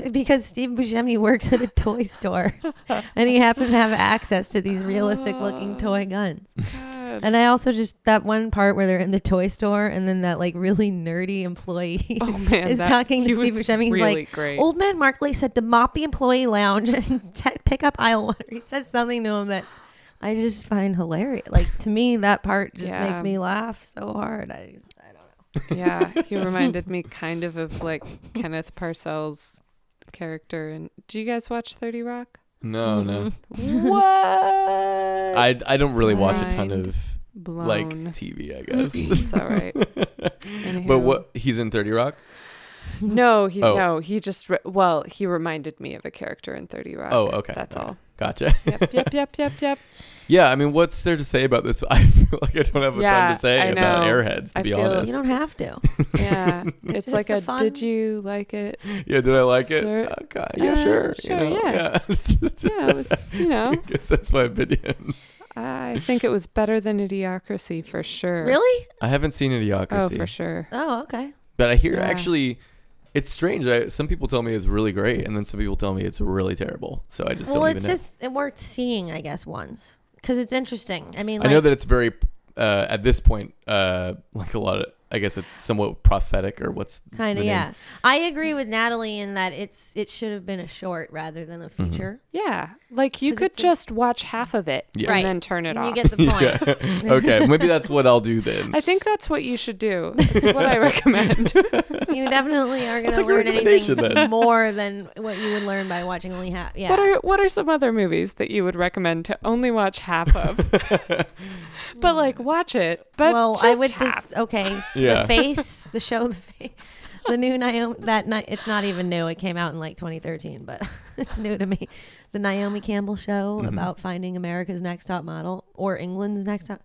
[SPEAKER 2] because because Steve Buscemi works at a toy store, and he happened to have access to these realistic looking toy guns.
[SPEAKER 1] *laughs*
[SPEAKER 3] God.
[SPEAKER 2] And I also just that one part where they're in the toy store, and then that like really nerdy employee
[SPEAKER 3] Oh man,
[SPEAKER 2] is
[SPEAKER 3] that-
[SPEAKER 2] talking
[SPEAKER 3] he
[SPEAKER 2] to Steve
[SPEAKER 3] was
[SPEAKER 2] Buscemi. He's
[SPEAKER 3] really
[SPEAKER 2] like, "Oh."
[SPEAKER 3] great.
[SPEAKER 2] "Old man Markley said to mop the employee lounge *laughs* and te- pick up aisle one." He says something to him that. I just find hilarious. Like to me, that part just
[SPEAKER 3] Yeah.
[SPEAKER 2] makes me laugh so hard. I, I don't know.
[SPEAKER 3] yeah,
[SPEAKER 2] *laughs*
[SPEAKER 3] he reminded me kind of of like Kenneth Parcells' character. And do you guys watch Thirty Rock?
[SPEAKER 1] No, Oh,
[SPEAKER 3] Hmm.
[SPEAKER 1] no.
[SPEAKER 3] *laughs* what? I
[SPEAKER 1] *laughs* I, I don't really watch a ton
[SPEAKER 3] Mind
[SPEAKER 1] of
[SPEAKER 3] blown.
[SPEAKER 1] like *laughs*
[SPEAKER 3] *laughs*
[SPEAKER 1] TV, I guess.
[SPEAKER 3] it's all right.
[SPEAKER 1] but
[SPEAKER 3] Anywho.
[SPEAKER 1] what he's in Thirty Rock.
[SPEAKER 3] No, he
[SPEAKER 1] Oh.
[SPEAKER 3] no, he just re- well, he reminded me of a character in Thirty Rock.
[SPEAKER 1] Oh, okay.
[SPEAKER 3] that's
[SPEAKER 1] Okay.
[SPEAKER 3] all.
[SPEAKER 1] Gotcha. *laughs*
[SPEAKER 3] Yep, yep, yep, yep, *laughs* yep.
[SPEAKER 1] yeah, I mean, what's there to say about this? *laughs* I feel like I don't have a
[SPEAKER 3] Yeah,
[SPEAKER 1] ton to say
[SPEAKER 3] I
[SPEAKER 1] about
[SPEAKER 3] know.
[SPEAKER 1] Airheads, to
[SPEAKER 3] I
[SPEAKER 1] be
[SPEAKER 3] feel-
[SPEAKER 1] honest.
[SPEAKER 2] You don't have to.
[SPEAKER 3] Yeah, it's
[SPEAKER 2] Just
[SPEAKER 3] like
[SPEAKER 2] a
[SPEAKER 3] a,
[SPEAKER 2] fun-
[SPEAKER 3] did you like it?
[SPEAKER 1] yeah, did I like it?
[SPEAKER 3] Sir-
[SPEAKER 1] Okay, yeah,
[SPEAKER 3] uh,
[SPEAKER 1] sure.
[SPEAKER 3] sure,
[SPEAKER 1] you know, *laughs*
[SPEAKER 3] yeah. Yeah, it was. *laughs* You
[SPEAKER 1] I
[SPEAKER 3] know,
[SPEAKER 1] guess that's my opinion.
[SPEAKER 3] I think it was better than Idiocracy for sure.
[SPEAKER 2] Really?
[SPEAKER 1] I haven't seen Idiocracy,
[SPEAKER 3] Oh, for sure.
[SPEAKER 2] Oh, okay.
[SPEAKER 1] but I hear
[SPEAKER 3] Yeah.
[SPEAKER 1] actually, it's strange. I, some people tell me it's really great, and then some people tell me it's really terrible. So I just
[SPEAKER 2] well,
[SPEAKER 1] don't
[SPEAKER 2] it's
[SPEAKER 1] even know.
[SPEAKER 2] just it worth seeing, I guess, once because it's interesting. I mean,
[SPEAKER 1] I
[SPEAKER 2] like,
[SPEAKER 1] know that it's very uh, at this point, uh, like a lot of. I guess it's somewhat prophetic, or what's the
[SPEAKER 2] kind of
[SPEAKER 1] name? *laughs*
[SPEAKER 2] yeah. I agree with Natalie in that it's it should have been a short rather than a
[SPEAKER 1] Mm-hmm.
[SPEAKER 2] feature.
[SPEAKER 3] Yeah, like you
[SPEAKER 2] 'Cause
[SPEAKER 3] could
[SPEAKER 2] it's a-
[SPEAKER 3] just watch half of it
[SPEAKER 1] Yeah.
[SPEAKER 3] and
[SPEAKER 2] Right.
[SPEAKER 3] then turn
[SPEAKER 2] And
[SPEAKER 3] it off.
[SPEAKER 2] you get the point.
[SPEAKER 1] *laughs* Yeah. okay, maybe that's what I'll do then.
[SPEAKER 3] I think that's what you should *laughs* do. It's what I *laughs* recommend.
[SPEAKER 2] You definitely are going
[SPEAKER 1] That's a
[SPEAKER 2] to
[SPEAKER 1] good
[SPEAKER 2] learn anything
[SPEAKER 1] recommendation, then.
[SPEAKER 2] more than what you would learn by watching only half. Yeah.
[SPEAKER 3] What are what are some other movies that you would recommend to only watch
[SPEAKER 1] *laughs*
[SPEAKER 3] half of? but like watch it. But
[SPEAKER 2] well, I
[SPEAKER 3] just
[SPEAKER 2] would
[SPEAKER 3] half.
[SPEAKER 2] just okay.
[SPEAKER 3] *laughs*
[SPEAKER 1] Yeah.
[SPEAKER 2] The face, the show, the face. The new Naomi that night it's not even new. It came out in like 2013, but *laughs* it's new to me. The Naomi Campbell show about finding America's next top model or England's next top.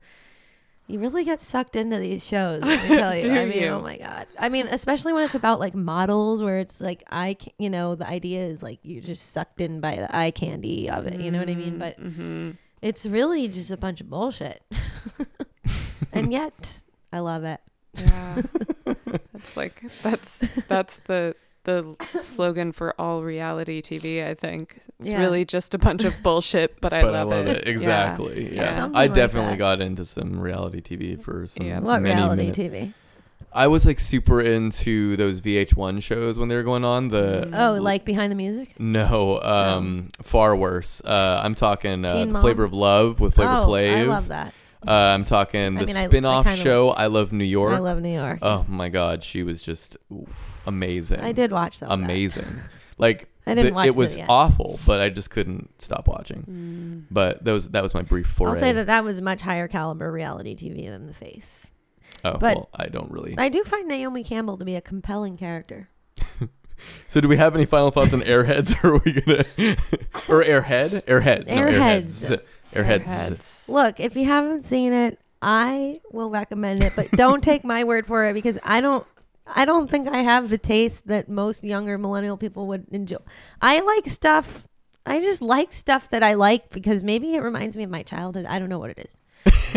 [SPEAKER 2] You really get sucked into these shows. I
[SPEAKER 3] *laughs*
[SPEAKER 2] tell you.
[SPEAKER 3] Do
[SPEAKER 2] I mean,
[SPEAKER 3] you?
[SPEAKER 2] oh my god. I mean, especially when it's about like models, where it's like I, can, you know, the idea is like you're just sucked in by the eye candy of it. You know what I
[SPEAKER 3] Mm.
[SPEAKER 2] mean? But
[SPEAKER 3] Mm-hmm.
[SPEAKER 2] it's really just a bunch of bullshit. *laughs* and yet, I love it. *laughs*
[SPEAKER 3] Yeah. that's like that's that's the the slogan for all reality TV. I think it's
[SPEAKER 2] Yeah.
[SPEAKER 3] really just a bunch of bullshit, but *laughs* I,
[SPEAKER 1] but
[SPEAKER 3] love,
[SPEAKER 1] I love it.
[SPEAKER 3] Yeah.
[SPEAKER 1] Exactly. Yeah.
[SPEAKER 2] Something
[SPEAKER 1] I
[SPEAKER 2] like
[SPEAKER 1] definitely
[SPEAKER 2] that.
[SPEAKER 1] got into some reality TV for some
[SPEAKER 3] Yeah.
[SPEAKER 2] What
[SPEAKER 1] many
[SPEAKER 2] reality
[SPEAKER 1] minutes.
[SPEAKER 2] TV?
[SPEAKER 1] I was like super into those VH1 shows when they were going on. The
[SPEAKER 2] Oh, like behind the music?
[SPEAKER 1] no, um, far worse. Uh, I'm talking uh,
[SPEAKER 2] Teen
[SPEAKER 1] The
[SPEAKER 2] Mom?
[SPEAKER 1] Flavor of Love with Flavor
[SPEAKER 2] oh,
[SPEAKER 1] Flav.
[SPEAKER 2] I love that.
[SPEAKER 1] Uh, I'm talking the
[SPEAKER 2] mean, I- I
[SPEAKER 1] spin-off
[SPEAKER 2] kinda
[SPEAKER 1] show I Love New York.
[SPEAKER 2] I love New York.
[SPEAKER 1] oh my God, she was just amazing.
[SPEAKER 2] I did watch some. of that.
[SPEAKER 1] amazing. Like
[SPEAKER 2] I didn't
[SPEAKER 1] th-
[SPEAKER 2] watch
[SPEAKER 1] it
[SPEAKER 2] it
[SPEAKER 1] was
[SPEAKER 2] yet. Mm.
[SPEAKER 1] awful, but I just couldn't stop watching. But that was that was my brief foray.
[SPEAKER 2] I'll say that that was much higher caliber reality TV than The Face.
[SPEAKER 1] Oh
[SPEAKER 2] but-
[SPEAKER 1] well, I don't really.
[SPEAKER 2] I do find Naomi Campbell to be a compelling character.
[SPEAKER 1] So do we have any final thoughts on Airheads? Or are we
[SPEAKER 3] *laughs*
[SPEAKER 1] gonna or Airhead? Airheads. no,
[SPEAKER 2] Airheads.
[SPEAKER 1] Airheads. Airheads.
[SPEAKER 3] Heads.
[SPEAKER 2] Look, if you haven't seen it, I will recommend it, but don't take my word for it because I don't I don't think I have the taste that most younger millennial people would enjoy. I like stuff I just like stuff that I like because maybe it reminds me of my childhood. I don't know what it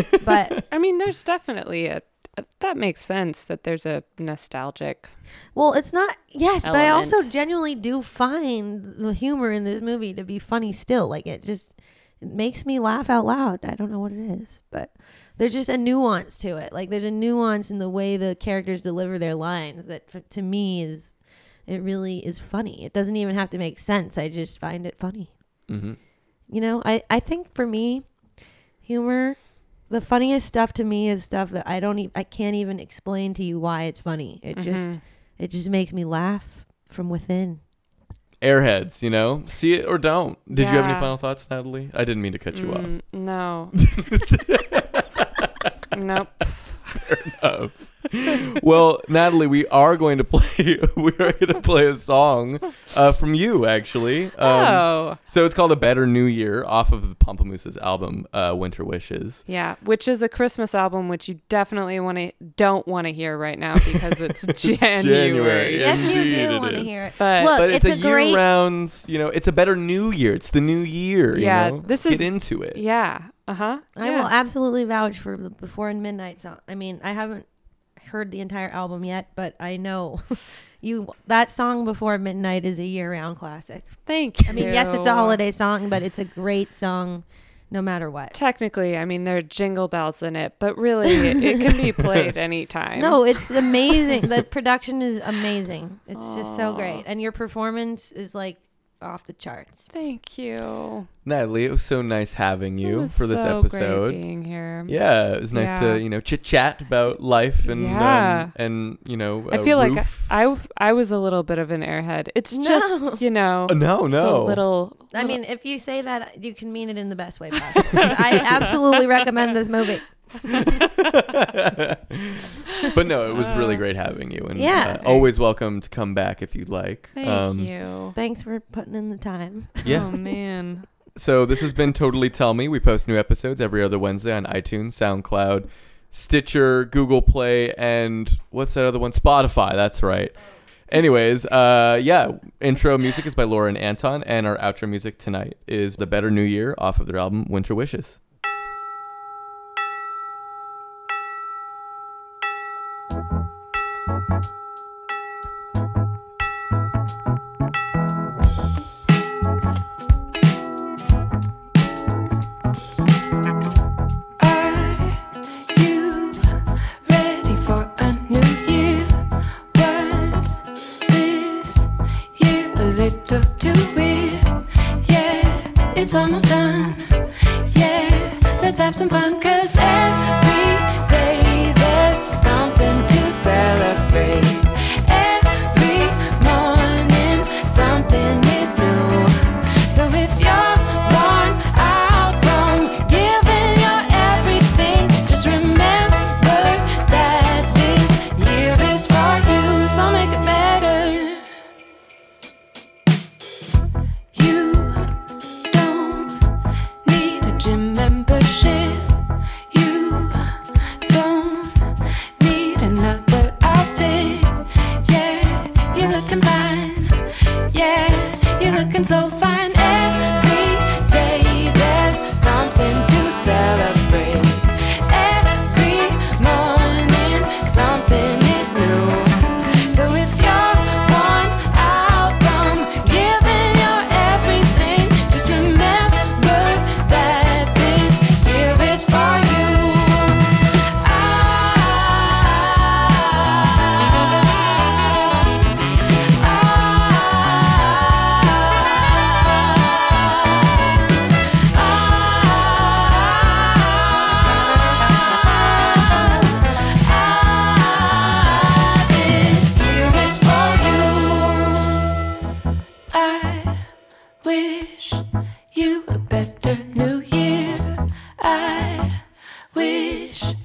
[SPEAKER 2] is. but
[SPEAKER 3] I mean, there's definitely a, a that makes sense that there's a nostalgic.
[SPEAKER 2] well, it's not yes, but I also
[SPEAKER 3] Element.
[SPEAKER 2] genuinely do find the humor in this movie to be funny still. Like it just it makes me laugh out loud. I don't know what it is, but there's just a nuance to it. Like there's a nuance in the way the characters deliver their lines that f- to me is it really is funny. It doesn't even have to make sense. I just find it funny.
[SPEAKER 1] Mm-hmm.
[SPEAKER 2] You know, I I think for me, humor, the funniest stuff to me is stuff that I don't e- I can't even
[SPEAKER 1] Mm-hmm.
[SPEAKER 2] explain to you why it's funny. It just it just makes me laugh from within.
[SPEAKER 1] Airheads, you know, see it or don't. Did you have any
[SPEAKER 3] Yeah.
[SPEAKER 1] final thoughts, Natalie? I didn't mean to cut you off.
[SPEAKER 3] Mm,
[SPEAKER 1] *laughs*
[SPEAKER 3] no. nope.
[SPEAKER 1] Um, Well, Natalie, we are going to play. *laughs* we are going to play a song uh, from you, actually. Um,
[SPEAKER 3] oh.
[SPEAKER 1] So it's called "A Better New Year" off of the Pomplamooses album uh, "Winter Wishes."
[SPEAKER 3] Yeah, which is a Christmas album which you definitely want to don't want to hear right now
[SPEAKER 2] *laughs*
[SPEAKER 3] because it's, *laughs* January.
[SPEAKER 1] January, yeah.
[SPEAKER 2] Yes, you
[SPEAKER 1] Indeed
[SPEAKER 2] do
[SPEAKER 1] it
[SPEAKER 2] want to
[SPEAKER 1] is.
[SPEAKER 2] hear it.
[SPEAKER 3] But-
[SPEAKER 2] Look,
[SPEAKER 1] But
[SPEAKER 2] it's,
[SPEAKER 1] it's,
[SPEAKER 2] a,
[SPEAKER 1] a,
[SPEAKER 2] great.
[SPEAKER 1] year-round. You know, it's a better New Year. It's the new year. you
[SPEAKER 3] Yeah,
[SPEAKER 1] know?
[SPEAKER 3] this is-
[SPEAKER 1] get into it.
[SPEAKER 3] Yeah. Uh-huh.
[SPEAKER 2] I
[SPEAKER 3] yeah.
[SPEAKER 2] will absolutely vouch for the Before and Midnight song. I mean, I haven't heard the entire album yet, but I know *laughs* you that song Before Midnight is a year-round classic.
[SPEAKER 3] Thank you.
[SPEAKER 2] I mean, yes, it's a holiday song, but it's a great song no matter what.
[SPEAKER 3] Technically, I mean there are jingle bells in it, but really it, it
[SPEAKER 2] *laughs*
[SPEAKER 3] can be played anytime.
[SPEAKER 2] No, it's amazing. the production is amazing. It's just so great. And your performance is like off the charts.
[SPEAKER 3] Thank you.
[SPEAKER 1] Natalie, it was so nice having
[SPEAKER 3] It
[SPEAKER 1] you
[SPEAKER 3] was
[SPEAKER 1] for this
[SPEAKER 3] so great
[SPEAKER 1] episode.
[SPEAKER 3] being here.
[SPEAKER 1] Yeah, it was nice
[SPEAKER 3] Yeah.
[SPEAKER 1] to you know chit chat about life and
[SPEAKER 3] Yeah.
[SPEAKER 1] um, and you know.
[SPEAKER 3] I
[SPEAKER 1] uh,
[SPEAKER 3] feel like
[SPEAKER 1] roofs. *laughs*
[SPEAKER 3] I I was a little bit of an airhead. It's
[SPEAKER 2] No.
[SPEAKER 3] just, you know,
[SPEAKER 1] Uh, *laughs* no,
[SPEAKER 3] it's a
[SPEAKER 1] no.
[SPEAKER 3] little *laughs*
[SPEAKER 2] I mean, if you say that, you can mean it in the best way possible. I absolutely recommend this movie.
[SPEAKER 1] *laughs* but no, it was
[SPEAKER 3] Uh.
[SPEAKER 1] really great having you, and
[SPEAKER 2] Yeah.
[SPEAKER 1] uh, always welcome to come back if you'd like.
[SPEAKER 3] Thank you.
[SPEAKER 2] Thanks for putting in the time.
[SPEAKER 1] Um, Yeah.
[SPEAKER 3] Oh man.
[SPEAKER 1] So this has been Totally Tell Me. We post new episodes every other Wednesday on iTunes, SoundCloud, Stitcher, Google Play, and what's that other one? Spotify. That's right. Anyways, uh, yeah, intro music is by Laura and Anton, and our outro music tonight is The Better New Year off of their album Winter Wishes.
[SPEAKER 4] Are you ready for a new year? Was this year a little too weird? Yeah, it's almost done. Yeah, let's have some fun, cause every day there's something to celebrate. Every morning something is new. So if you're worn out from giving your everything, just remember that this year is for you. So make it better. You don't need a gym membership. You don't need another outfit. Yeah, you're looking fine. Yeah, you're looking so fine. Every day there's something to celebrate. Every morning something is new. So if you're worn out from giving your everything, just remember that this year is for you. I- I wish you a better new year. I wish Oh,